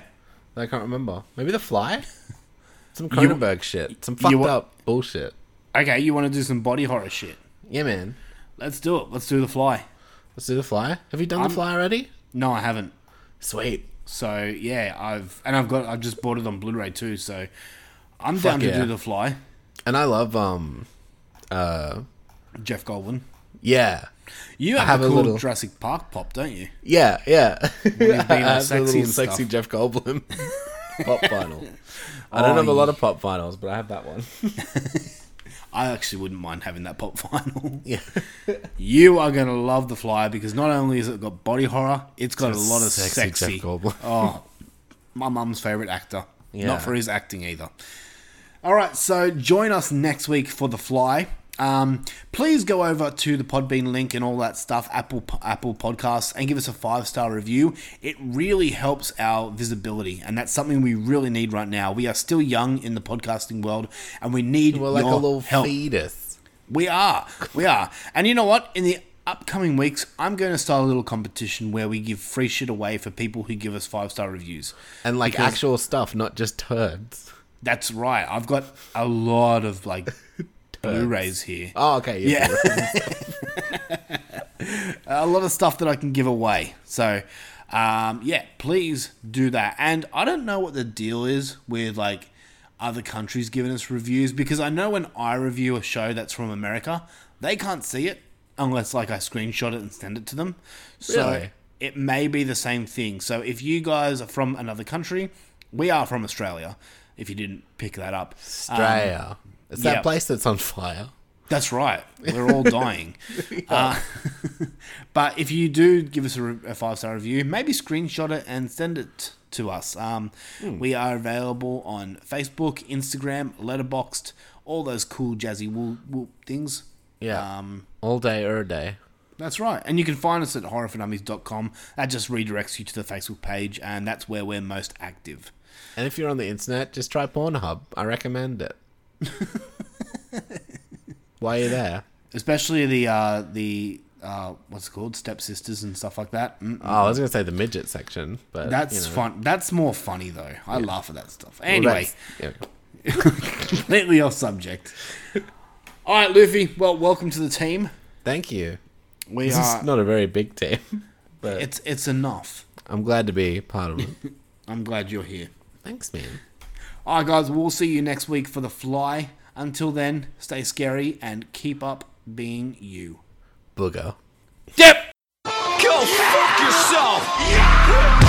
S3: that I can't remember? Maybe The Fly. Some Cronenberg shit. Some fucked
S2: you wa-
S3: up bullshit.
S2: Okay, you want to do some body horror shit?
S3: Yeah, man.
S2: Let's do it. Let's do The Fly.
S3: Let's do The Fly. Have you done The Fly already?
S2: No, I haven't.
S3: Sweet.
S2: So yeah, I've and I've got I've just bought it on Blu-ray too. So I'm down to
S3: yeah.
S2: do The Fly.
S3: And I love um.
S2: Jeff Goldwyn.
S3: Yeah.
S2: You have,
S3: have
S2: a
S3: a
S2: cool
S3: little-
S2: Jurassic Park pop, don't you?
S3: Yeah, yeah.
S2: you're being all
S3: I have the
S2: sexy
S3: little
S2: and
S3: sexy
S2: stuff.
S3: Jeff Goldblum pop vinyl. I don't
S2: Oh,
S3: have a lot of pop vinyls, but I have that one.
S2: I actually wouldn't mind having that pop vinyl.
S3: Yeah,
S2: You are gonna love The Fly because not only has it got body horror, it's got a lot of sexy.
S3: Jeff Goldblum.
S2: oh, my mum's favorite actor.
S3: Yeah.
S2: Not for his acting either. All right, so join us next week for The Fly. Um, please go over to the Podbean link and all that stuff, Apple Apple Podcasts, and give us a five star review. It really helps our visibility, and that's something we really need right now. We are still young in the podcasting world, and we need
S3: We're like
S2: your
S3: a little
S2: help.
S3: fetus.
S2: We are. We are. And you know what? In the upcoming weeks, I'm going to start a little competition where we give free shit away for people who give us five star reviews.
S3: And like
S2: Because-
S3: actual stuff, not just turds.
S2: That's right. I've got a lot of like Blu rays here.
S3: Oh, okay.
S2: Yeah.
S3: Yeah.
S2: a lot of stuff that I can give away. So, um, yeah, please do that. And I don't know what the deal is with like other countries giving us reviews because I know when I review a show that's from America, they can't see it unless like I screenshot it and send it to them. So
S3: Really?
S2: it may be the same thing. So if you guys are from another country, we are from Australia. If you didn't pick that up, Um,
S3: Australia. it's that
S2: yeah.
S3: place that's on fire.
S2: that's right. We're all dying. uh, but if you do give us a, re- a five star review, maybe screenshot it and send it to us. Um, We are available on Facebook, Instagram, Letterboxed, all those cool jazzy wool, wool things.
S3: Yeah.
S2: Um,
S3: All day, er day.
S2: that's right. And you can find us at horrorfornummies.com. That just redirects you to the Facebook page, and that's where we're most active.
S3: And if you're on the internet, just try Pornhub. I recommend it. Why are you there?
S2: Especially the, uh, the uh, what's it called? Stepsisters and stuff like that. Mm. Mm-mm.
S3: Oh, I was gonna say the midget section, but
S2: That's
S3: you know.
S2: fun. That's more funny though. I laugh at that stuff.
S3: Well,
S2: Anyway,
S3: that's- yeah.
S2: completely off subject. All right, Luffy. Well, welcome to the team.
S3: Thank you.
S2: We
S3: This
S2: are.
S3: is not a very big team, but
S2: it's it's enough.
S3: I'm glad to be part of it.
S2: I'm glad you're here.
S3: Thanks, man.
S2: All right, guys. We'll see you next week for the fly. Until then, stay scary and keep up being you.
S3: Booger.
S2: Yep.
S4: Go fuck yourself! Yeah!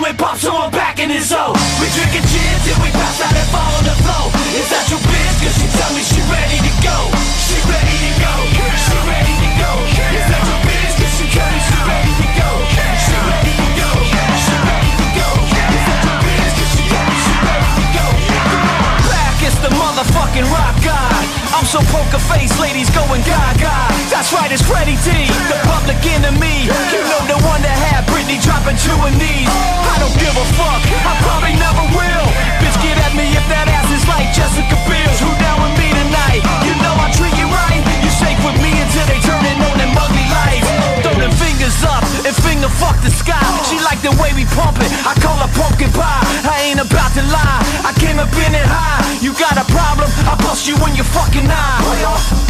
S4: with pops on back in his zone. We drinking gin till we pass out and fall on the floor. Is that your bitch? Cause she tell me she ready to go. She ready to go. She ready to go. Is that your bitch? Cause she tell me she ready to go. She ready to go. She ready to go. Is that your bitch? Cause she tell me she ready to go. Come on. Black is the motherfucking rock god. I'm so poker face, ladies going gaga. That's right, it's Freddie D, the public enemy. You know the one that had Britney dropping to her knees. I don't give a fuck, I probably never will. Bitch, get at me if that ass is like Jessica Biel. Who down with me tonight? You know I treat you right. You shake with me until they turn it on them ugly lights. Throw them fingers up and finger fuck the sky. She like the way we pump it. I call her pumpkin pie. I ain't about to lie. I came up in it high. You got a problem? I bust you in your fucking eye.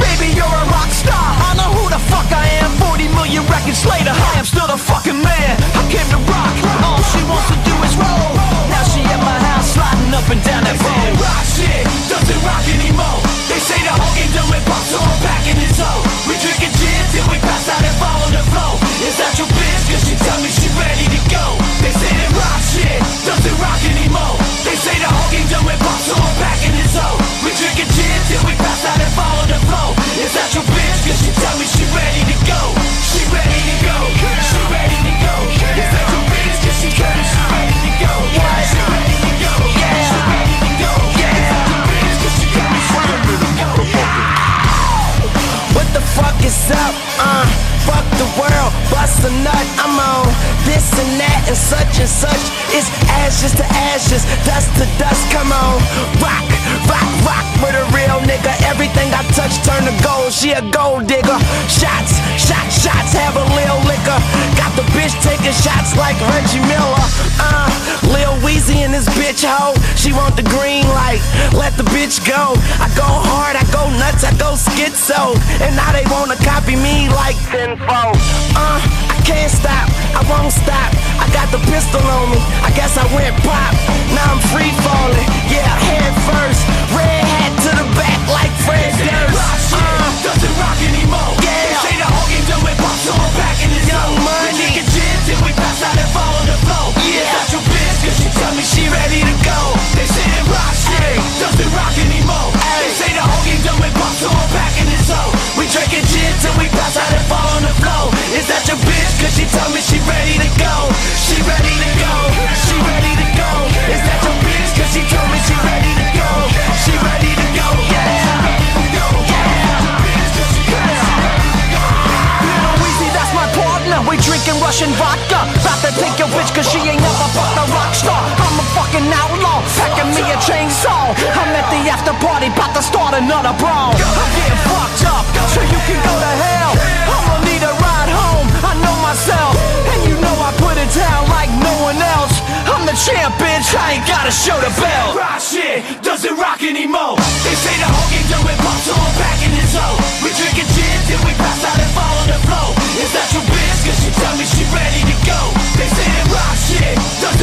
S4: Baby, you're a rock star. I know who the fuck I am. 40 million records later, I am still the fucking man. I came to rock. All she wants to do is roll. Now she at my house, sliding up and down that road. Rock shit doesn't rock anymore. They say the whole game done with pops, so I'm back in his hole. We drinking gin till we pass out and fall on the floor. Is that your bitch? Cause she tell me she ready to go. They say that rock shit doesn't rock anymore. They say the whole game done with pops, so I'm back in his hole. We drinking gin till we pass out and fall on the floor. Is that your bitch? Cause she tell me she ready to go. She ready to go. She ready to go. Is that your bitch? Cause she tell me she ready to go. She ready to go. She ready to go. Is that your bitch? Cause she tell me she ready to go.
S5: What the fuck is up? Uh, fuck the world, bust a nut. I'm on this and that and such and such. It's ashes to ashes, dust to dust. Come on, rock, rock, rock with a real nigga. Everything I touch turn to gold. She a gold digger. Shots, shots, shots. Have a lil liquor. Got the bitch taking shots like Reggie Miller. Uh, Lil Weezy and this bitch hoe. She want the green light. Let the bitch go. I go hard, I go nuts, I go schizo. And now they wanna copy me like Sinfo. Uh, I can't stop, I won't stop. I got the pistol on me, I guess I went pop. Now I'm free falling, yeah, head first. Red hat to the back like Fred
S4: Say that rock
S5: Durst.
S4: shit
S5: Uh,
S4: doesn't rock anymore.
S5: Yeah.
S4: Say the whole game done with pop, so I'm back in his
S5: Young
S4: zone. We
S5: Money.
S4: drinking gin till we pass out and fall on the floor.
S5: Yeah.
S4: It's not your bitch, cause she tell me she ready to go. They say that rock shit doesn't rock anymore. They say the whole game done with pop, so I'm back in his zone. We drinking gin till we pass out and fall on the floor. Is that your bitch? Cause she tell me she ready to go. She ready to go. She ready to go. Is that your bitch? Cause she told me she ready to go. She ready to go. Yeah. Little Weezy, that's my partner. We drinking Russian vodka. About to take your bitch cause she ain't never fucked a rock star. I'm a fucking outlaw, packing me a chainsaw. I'm at the after party, about to start another brawl. I'm getting fucked up, so you can go to hell. I'ma need a ride home, I know myself. And you know I put it down like no one else. I'm the champ, bitch, I ain't gotta show the bell. Rock shit doesn't rock anymore. They say the whole game done with pop, so I'm back in his hole. We drinking gin till we pass out and fall on the floor. Is that your bitch? Cause she tell me she ready to go. They say that rock shit doesn't